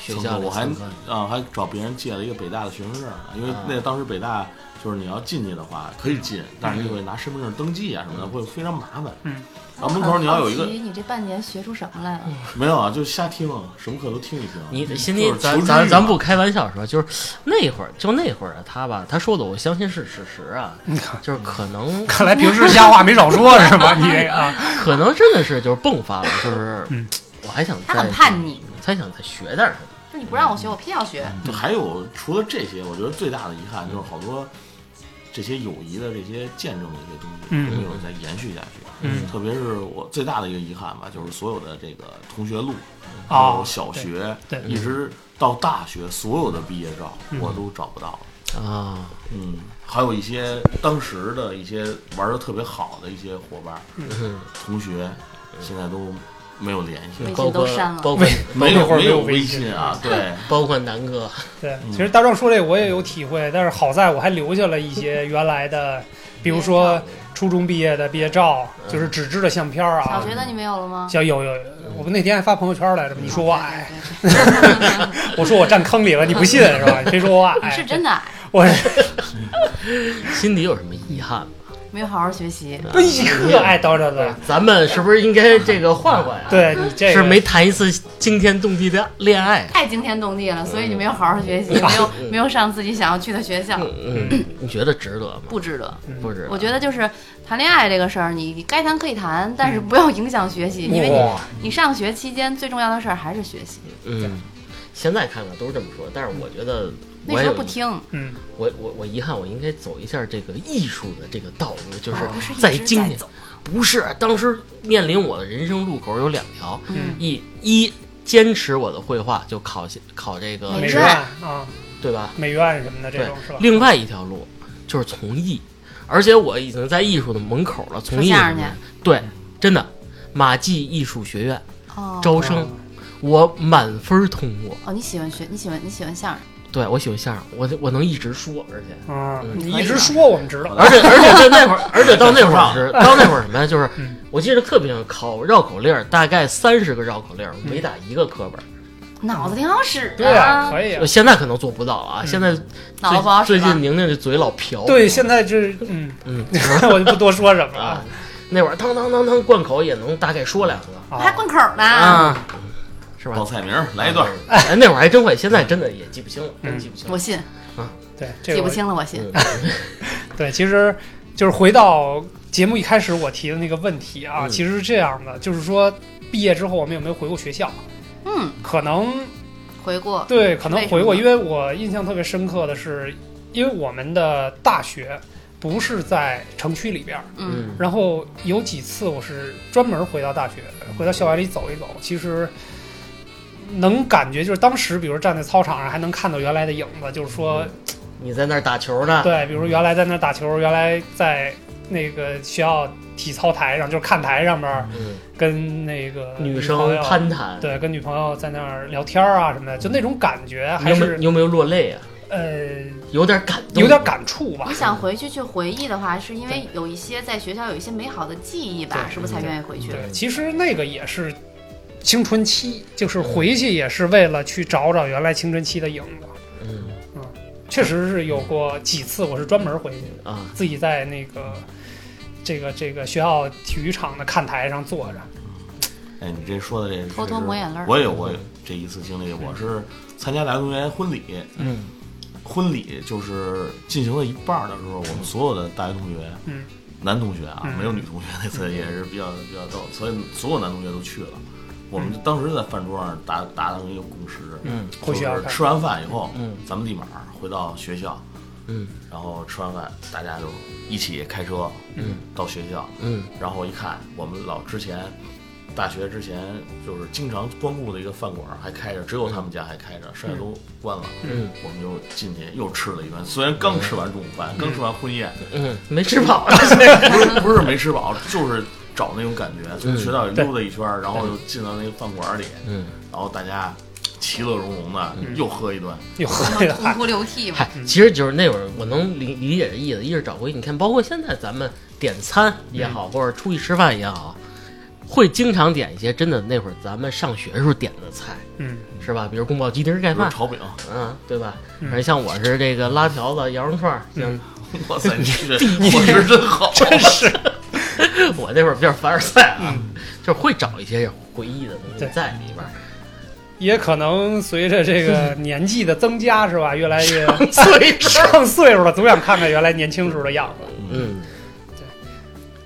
A: 学
D: 蹭
A: 校
D: 课
A: 里
D: 我还
A: 蹭课
D: 啊还找别人借了一个北大的学生证呢，因为
A: 啊
D: 那当时北大就是你要进去的话可以进，但是你得拿身份证登记啊什么的，会非常麻烦。
C: 嗯，
D: 然后门口你要有一个
A: 嗯
B: 好奇你这半年学出什么来了？
D: 没有啊，就瞎听，什么课都听一听。
A: 你
D: 就是
A: 先你
D: 求
A: 咱
D: 知
A: 咱
D: 欲
A: 咱
D: 嘛
A: 不开玩笑说，就是那会儿就那会儿啊他吧，他说的我相信是事实啊，就是可能
C: 看来平时瞎话没少说是吧？ 你这个啊，
A: 可能真的是就是迸发了，就是
C: 嗯
A: 我还想
B: 他
A: 再
B: 很叛逆，
A: 才想再学点儿什么。
B: 说你不让我学，我偏要学。
D: 就还有除了这些，我觉得最大的遗憾就是好多这些友谊的这些见证的一些东西
C: 嗯
D: 都没有再延续下去。
C: 嗯
D: 特别是我最大的一个遗憾吧，就是所有的这个同学录，
C: 哦
D: 有小学
C: 对嗯对
D: 一直到大学所有的毕业照我都找不到了。
A: 啊，
D: 嗯，还有一些当时的一些玩的特别好的一些伙伴、
A: 嗯
D: 同学，现在都没有联系，
B: 微
A: 包
B: 信都
A: 括
B: 删了
A: 包括
C: 没
D: 没
C: 那
D: 有
C: 会儿没有
D: 有
C: 微
D: 微
C: 信
D: 信啊，对。
A: 包括南哥，
C: 对，其实大壮说这我也有体会，但是好在我还留下了一些原来的，比如说初中毕业的毕业照，就是纸质的相片儿
B: 小
C: 啊。
B: 学的你没有了吗？哦
C: 小有有，有我们那天还发朋友圈来着嘛，你说我矮，
B: 对，对对
C: 我说我站坑里了，你不信是吧？你非说我
B: 你
C: 矮，
B: 是真的矮，
C: 我
A: 心里有什么遗憾吗？
B: 没有好好学习。
C: 哎呀，哎，叨叨叨，
A: 咱们是不是应该这个换换呀？，
C: 对你这个
A: 是没谈一次惊天动地的恋爱。啊
B: 太惊天动地了，所以你没有好好学习，没有没有上自己想要去的学校，
A: 嗯，你觉得值得吗？
B: 不值得。
C: 嗯
A: 不值得。
B: 我觉得就是谈恋爱这个事儿，你该谈可以谈，但
A: 嗯
B: 是不要影响学习，因为
C: 哇
B: 你你上学期间最重要的事儿还是学习。
A: 嗯，现在看看都是这么说，但是我觉得
B: 嗯那
A: 我也
B: 时
A: 有
B: 候不听，
C: 嗯，
A: 我我我遗憾，我应该走一下这个艺术的这个道路，就是
B: 啊哦不是一直
A: 在今
B: 在
A: 年
B: 走，
A: 不是当时面临我的人生路口有两条，
B: 嗯
A: 一一坚持我的绘画，就考考这个
C: 美
B: 美
C: 院
B: 院
C: 啊，
A: 对吧？
C: 美院什么的这
A: 对
C: 种是吧，？
A: 另外一条路就是从艺，而且我已经在艺术的门口了，从艺
B: 说相
A: 什么
B: 声
A: 的对，真的马季艺术学院
B: 哦
A: 招生，我满分通过。
B: 哦，你喜欢学，你喜欢你喜欢相声，
A: 对我喜欢相声，我我能一直说，而且。
C: 嗯，你一
B: 啊
C: 直说我们知道，
A: 而且而且 就那会儿，而且到那会儿是到那会儿什么呀？就是
C: 嗯
A: 我记得特别清楚考绕口令儿，大概三十个绕口令儿，
C: 嗯
A: 每打一个课本儿。
B: 脑子挺好使的。
C: 对啊，可以啊嗯
A: 我，现在可能做不到了啊，现在
B: 脑子不好
A: 哎最
B: 使
A: 最
B: 吧
A: 近宁宁这嘴老瓢。
C: 对，现在这嗯，
A: 嗯
C: 我就不多说什么
A: 啊
C: 了，
A: 那会儿当当当当灌口也能大概说两个
C: 啊
B: 还灌口
C: 嗯
B: 呢。
A: 啊，是吧
D: 报？菜名儿来一段儿，
A: 哎，那会儿还真会，现在真的也记不清了，
C: 嗯
A: 真记不清
B: 我
A: 了。嗯
B: 信，
C: 对，这
B: 记
C: 个
B: 不
C: 我
B: 清了，我信。
C: 对，其实就是回到节目一开始
A: 嗯
C: 我提的那个问题啊，其实是这样的，就是说毕业之后我们有没有回过学校？
B: 嗯，
C: 可能
B: 回嗯过，
C: 对，可能回过，
B: 为什么呢
C: 因为我印象特别深刻的是，因为我们的大学不是在城区里边儿，
B: 嗯，
C: 然后有几次我是专门回到大学，回到校园里走一走，其实能感觉就是当时，比如站在操场上还能看到原来的影子，就是
A: 嗯
C: 说，
A: 你在那儿打球呢，
C: 对，比如原来在那打球，原来在那个学校体操台上，就是看台上面儿
A: 嗯，
C: 跟那个
A: 女
C: 朋
A: 生
C: 友
A: 攀谈，
C: 对，跟女朋友在那儿聊天儿啊什么的，就那种感觉
A: 你
C: 还
A: 有没有
C: 是
A: 你有没有落泪啊？
C: 呃
A: 有点感动，
C: 有点感触吧
B: 你。想回去去回忆的话，是因为有一些在学校有一些美好的记忆吧，
C: 对
B: 是不是才愿意回去？
C: 对，其实那个也是青春期，就是回去也是为了去找找原来青春期的影子。
A: 嗯
C: 确实是有过几次，我是专门回去的，
A: 啊，
C: 自己在那个这个这个学校体育场的看台上坐着。嗯
D: 哎，你这说的这
B: 偷偷抹眼泪儿
D: 我有我有这一次经历，我是参加来同学婚礼，
A: 嗯
D: 婚礼就是进行了一半儿的时候，我们所有的大学同学，
C: 嗯
D: 男同学啊，
C: 嗯
D: 没有女同学，那次也是比较比较逗，所以所有男同学都去了。我们当时在饭桌上达达成一个共识，
A: 嗯
C: 回学校
D: 就是
C: 看
D: 吃完饭以后，
A: 嗯
D: 咱们立马回到学校，
A: 嗯
D: 然后吃完饭大家就一起开车，
A: 嗯，
D: 到学校，
A: 嗯
D: 然后我一看，我们老之前大学之前就是经常光顾的一个饭馆还开着，只有他们家还开着，剩下都关了。
A: 嗯，
D: 我们就进去又吃了一顿，虽然刚吃完中午饭，刚吃完婚宴，
A: 嗯，没吃饱啊，
D: 不是 不是没吃饱，就是找那种感觉，从学校里溜达一圈，然后又进到那个饭馆里，
A: 嗯，
D: 然后大家其乐融融的又喝一顿，
C: 哟呵，
B: 然后痛哭流涕 吧。
A: 嗨，其实就是那会儿我能理理解这意思，一是找回忆。你看，包括现在咱们点餐也好，或者出去吃饭也好，会经常点一些真的那会儿咱们上学时候点的菜，
C: 嗯，
A: 是吧？比如宫保鸡丁盖
D: 比如
A: 饭，
D: 炒饼，
A: 嗯，对吧？
C: 嗯
A: 反正像我是这个拉条子、羊肉串儿，像
D: 哇塞，你这伙食真好，
C: 真是
A: 我那会儿比较凡尔赛啊，就是会找一些回忆的东西
C: 嗯对
A: 在里边儿。
C: 也可能随着这个年纪的增加，是吧？越来越
A: 所以说，
C: 上岁数了，总想看看原来年轻时候的样子。
A: 嗯，
C: 对。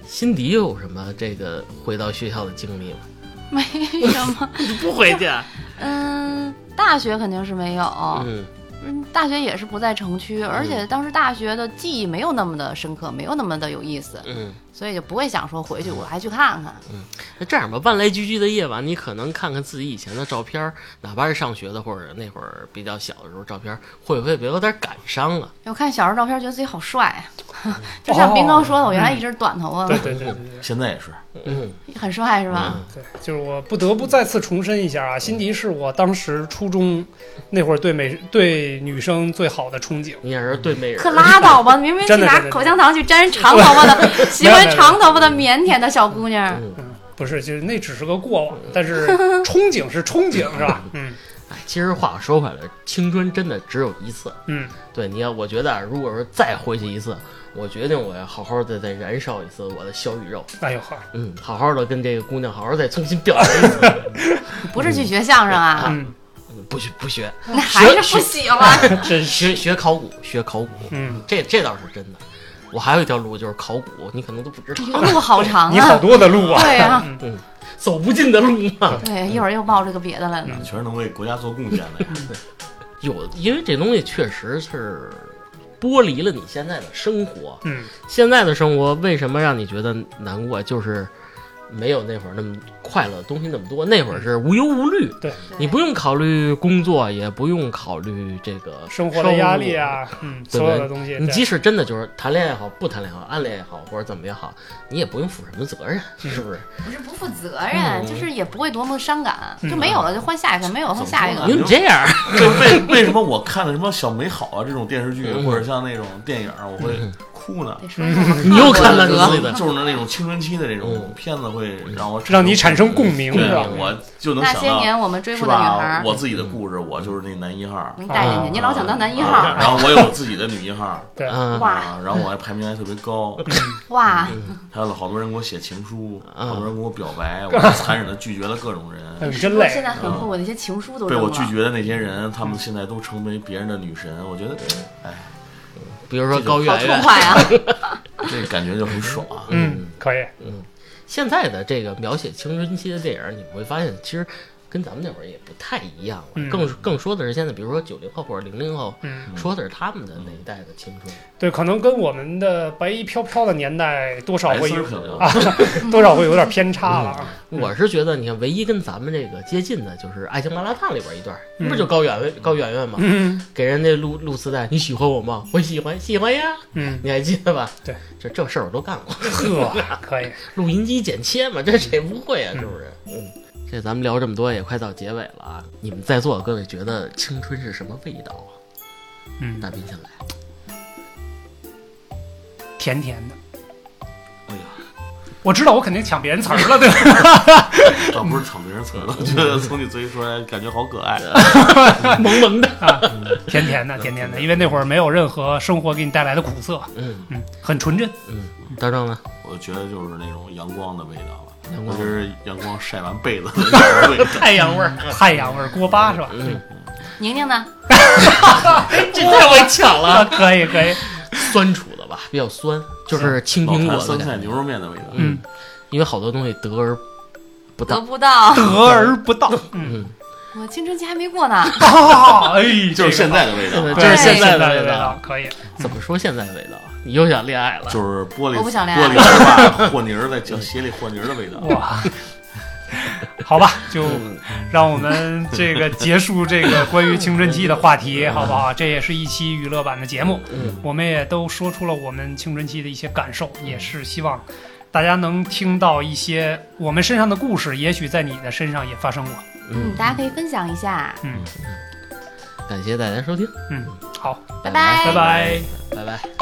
A: 辛迪有什么这个回到学校的经历吗？
B: 没 什么，
A: 不回去。
B: 嗯，大学肯定是没有，
A: 嗯
B: 嗯，大学也是不在城区，
C: 嗯
B: 而且当时大学的记忆没有那么的深刻，没有那么的有意思，
A: 嗯。
B: 所以就不会想说回去我还去看看。
A: 那这样吧，万籁俱寂的夜晚，你可能看看自己以前的照片儿，哪怕是上学的或者那会儿比较小的时候照片儿，会不会别有点感伤啊？
B: 我看小时候照片，觉得自己好帅，啊 就像斌哥说的，我原来一直短头发
C: 哦嗯对
B: 嘛，
C: 对对对对。
D: 现在也是，
A: 嗯
B: 很帅是吧？
C: 对，就是我不得不再次重申一下啊，辛迪是我当时初中那会儿对美对女生最好的憧憬。
A: 你也是对美人儿。
B: 可拉倒吧！明明去
C: 真的
B: 拿
C: 真的
B: 口香糖去粘长头发的，喜欢长头发的腼腆的小姑娘。
A: 嗯，
C: 嗯，不是，就是那只是个过往，但是憧憬是憧憬，是吧？嗯
A: 哎，其实话说回来，青春真的只有一次。
C: 嗯，
A: 对，你要我觉得啊，如果说再回去一次，我决定我要好好的再燃烧一次我的小宇宙，
C: 哎呦呵，
A: 嗯，好好的跟这个姑娘好好再重新表达一次。
B: 不是去学相声啊，
C: 嗯，
A: 不学不学，
B: 那还是不喜欢。
C: 真是，
A: 学学考古，学考古，
C: 嗯，
A: 这这倒是真的。我还有一条路就是考古，你可能都不知道，
C: 哎
B: 路好长
C: 你好
B: 啊，
C: 多的路啊，
B: 对啊，
A: 走不尽的路嘛。
B: 对，一会儿又冒出个别的来了。
D: 全是能为国家做贡献的呀。
A: 有，因为这东西确实是剥离了你现在的生活。
C: 嗯，
A: 现在的生活为什么让你觉得难过？就是没有那会儿那么快乐的东西那么多。那会儿是无忧无虑，你不用考虑工作，也不用考虑这个
C: 生活的压力啊，嗯，
A: 收入。
C: 所
A: 对
C: 有的
A: 不
C: 东西
A: 对？，你
C: 对
A: 即使真的就是谈恋爱也好，不谈恋爱也好，暗恋也好，或者怎么也好，你也不用负什么责任，
C: 嗯
A: 是不是？
B: 不是不负责任，就是也不会多么伤感，就没有了就换下一个，没有换下一
D: 嗯
B: 个
A: 因。为你这样，
D: 为 为为什么我看的什么小美好啊这种电视
A: 嗯
D: 剧，或者像那种电影，我会哭呢？
B: 得说一下
A: 你又看了
B: 我
A: 你
B: 的歌
A: 自己的，
D: 就是那种青春期的这种
A: 嗯
D: 片子，会让我
C: 让你产生共鸣，
D: 对啊
C: 是吧？
D: 我就能
B: 那
D: 想
B: 些
D: 到
B: 年我们追
D: 是
B: 过的女孩
D: 吧？
B: 儿，
D: 我自己的故事，我就是那男一号，
B: 没带进
A: 啊
B: 去，你老想当男一
D: 啊
B: 号，
D: 然后我有自己的女一号，
C: 对，
A: 嗯，
B: 哇
D: 啊，然后我还排名还特别高，
B: 哇，
D: 还有好多人给我写情书，
A: 嗯
D: 好多人给我表 白，我残忍的拒绝了各种人。
C: 嗯，真
B: 我
C: 累
B: 现，在很后悔那些情书都
D: 被
B: 扔
D: 我
B: 了。
D: 拒绝的那些人，他们现在都成为别人的女神，我觉得，哎，
A: 比如说高
B: 好
A: 圆
B: 痛
A: 圆，
B: 快啊！
D: 这感觉就很爽。啊
C: 嗯，可以，
A: 现在的这个描写青春期的电影，你们会发现，其实跟咱们那会儿也不太一样了，
C: 嗯
A: 更更说的是现在，比如说九零后或者零零后，
C: 嗯，
A: 说的是他们的那一代的青春，
C: 对，可能跟我们的白衣飘飘的年代多少
D: 白
C: 会
D: 丝
C: 有
D: 儿可能
C: 啊，多少会有点偏差了啊。
A: 我是觉得，你看，唯一跟咱们这个接近的就是《爱情麻辣烫》里边一段，
C: 嗯
A: 不就高圆圆高圆圆吗？
C: 嗯
A: 给人那录录磁带，你喜欢我吗？我喜欢，喜欢呀，
C: 嗯，
A: 你还记得吧？
C: 对，
A: 这这事儿我都 干过，
C: 呵，可以，
A: 录音机剪切嘛，这谁不会啊？是不是？嗯，这咱们聊这么多也快到结尾了啊！你们在座的各位觉得青春是什么味道啊？
C: 嗯，
A: 大斌先来，
C: 甜甜的。
D: 哎呀，
C: 我知道我肯定抢别人词儿了，对吧？
D: 倒不是抢别人词儿 了，我觉得从你嘴里说出来感觉好可爱。
A: 萌萌的，
C: 甜甜的，甜甜的，因为那会儿没有任何生活给你带来的苦涩，
A: 嗯
C: 嗯，很纯真。
A: 嗯，大壮呢？
D: 我觉得就是那种阳光的味道吧，
A: 阳
D: 尤
A: 光
D: 其是阳光晒完被子的那 种味道。
A: 太阳味儿，
C: 太阳味儿锅巴是吧？
A: 嗯，
B: 宁宁呢？
A: 这太会抢
C: 啊，
A: 了，
C: 可以可以，
A: 酸楚的吧，比较酸，就是青苹
D: 老
A: 果
D: 坛
A: 的
D: 酸
A: 感
D: 菜
A: 觉。
D: 牛肉面的味道，
A: 嗯，因为好多东西得而不
B: 得
A: 到。
B: 不到，
C: 得而不到。嗯，
A: 嗯，
B: 我青春期还没过呢。
C: 啊，哎，
D: 就是现
C: 在，
D: 在的味道
A: 对，就
C: 这
A: 是
C: 个
A: 现在的
C: 现在
A: 味
C: 味
A: 道
C: 道。，可以。
A: 怎么说现在的味道？啊你又想恋爱了？
D: 就是玻璃
B: 我不想恋
D: 玻
B: 爱
D: 璃碴吧，和泥 儿在脚鞋里和泥儿的味道。
C: 哇， 好吧，就
A: 嗯
C: 让我们这个结束这个关于青春期的话题，好不好？这也是一期娱乐版的节目，
A: 嗯，
C: 我们也都说出了我们青春期的一些感受，也是希望大家能听到一些我们身上的故事，也许在你的身上也发生过。
B: 嗯，大家可以分享一下，
C: 嗯，
A: 感谢大家收听，
C: 好，
B: 拜
A: 拜
C: 拜拜。
A: 拜拜。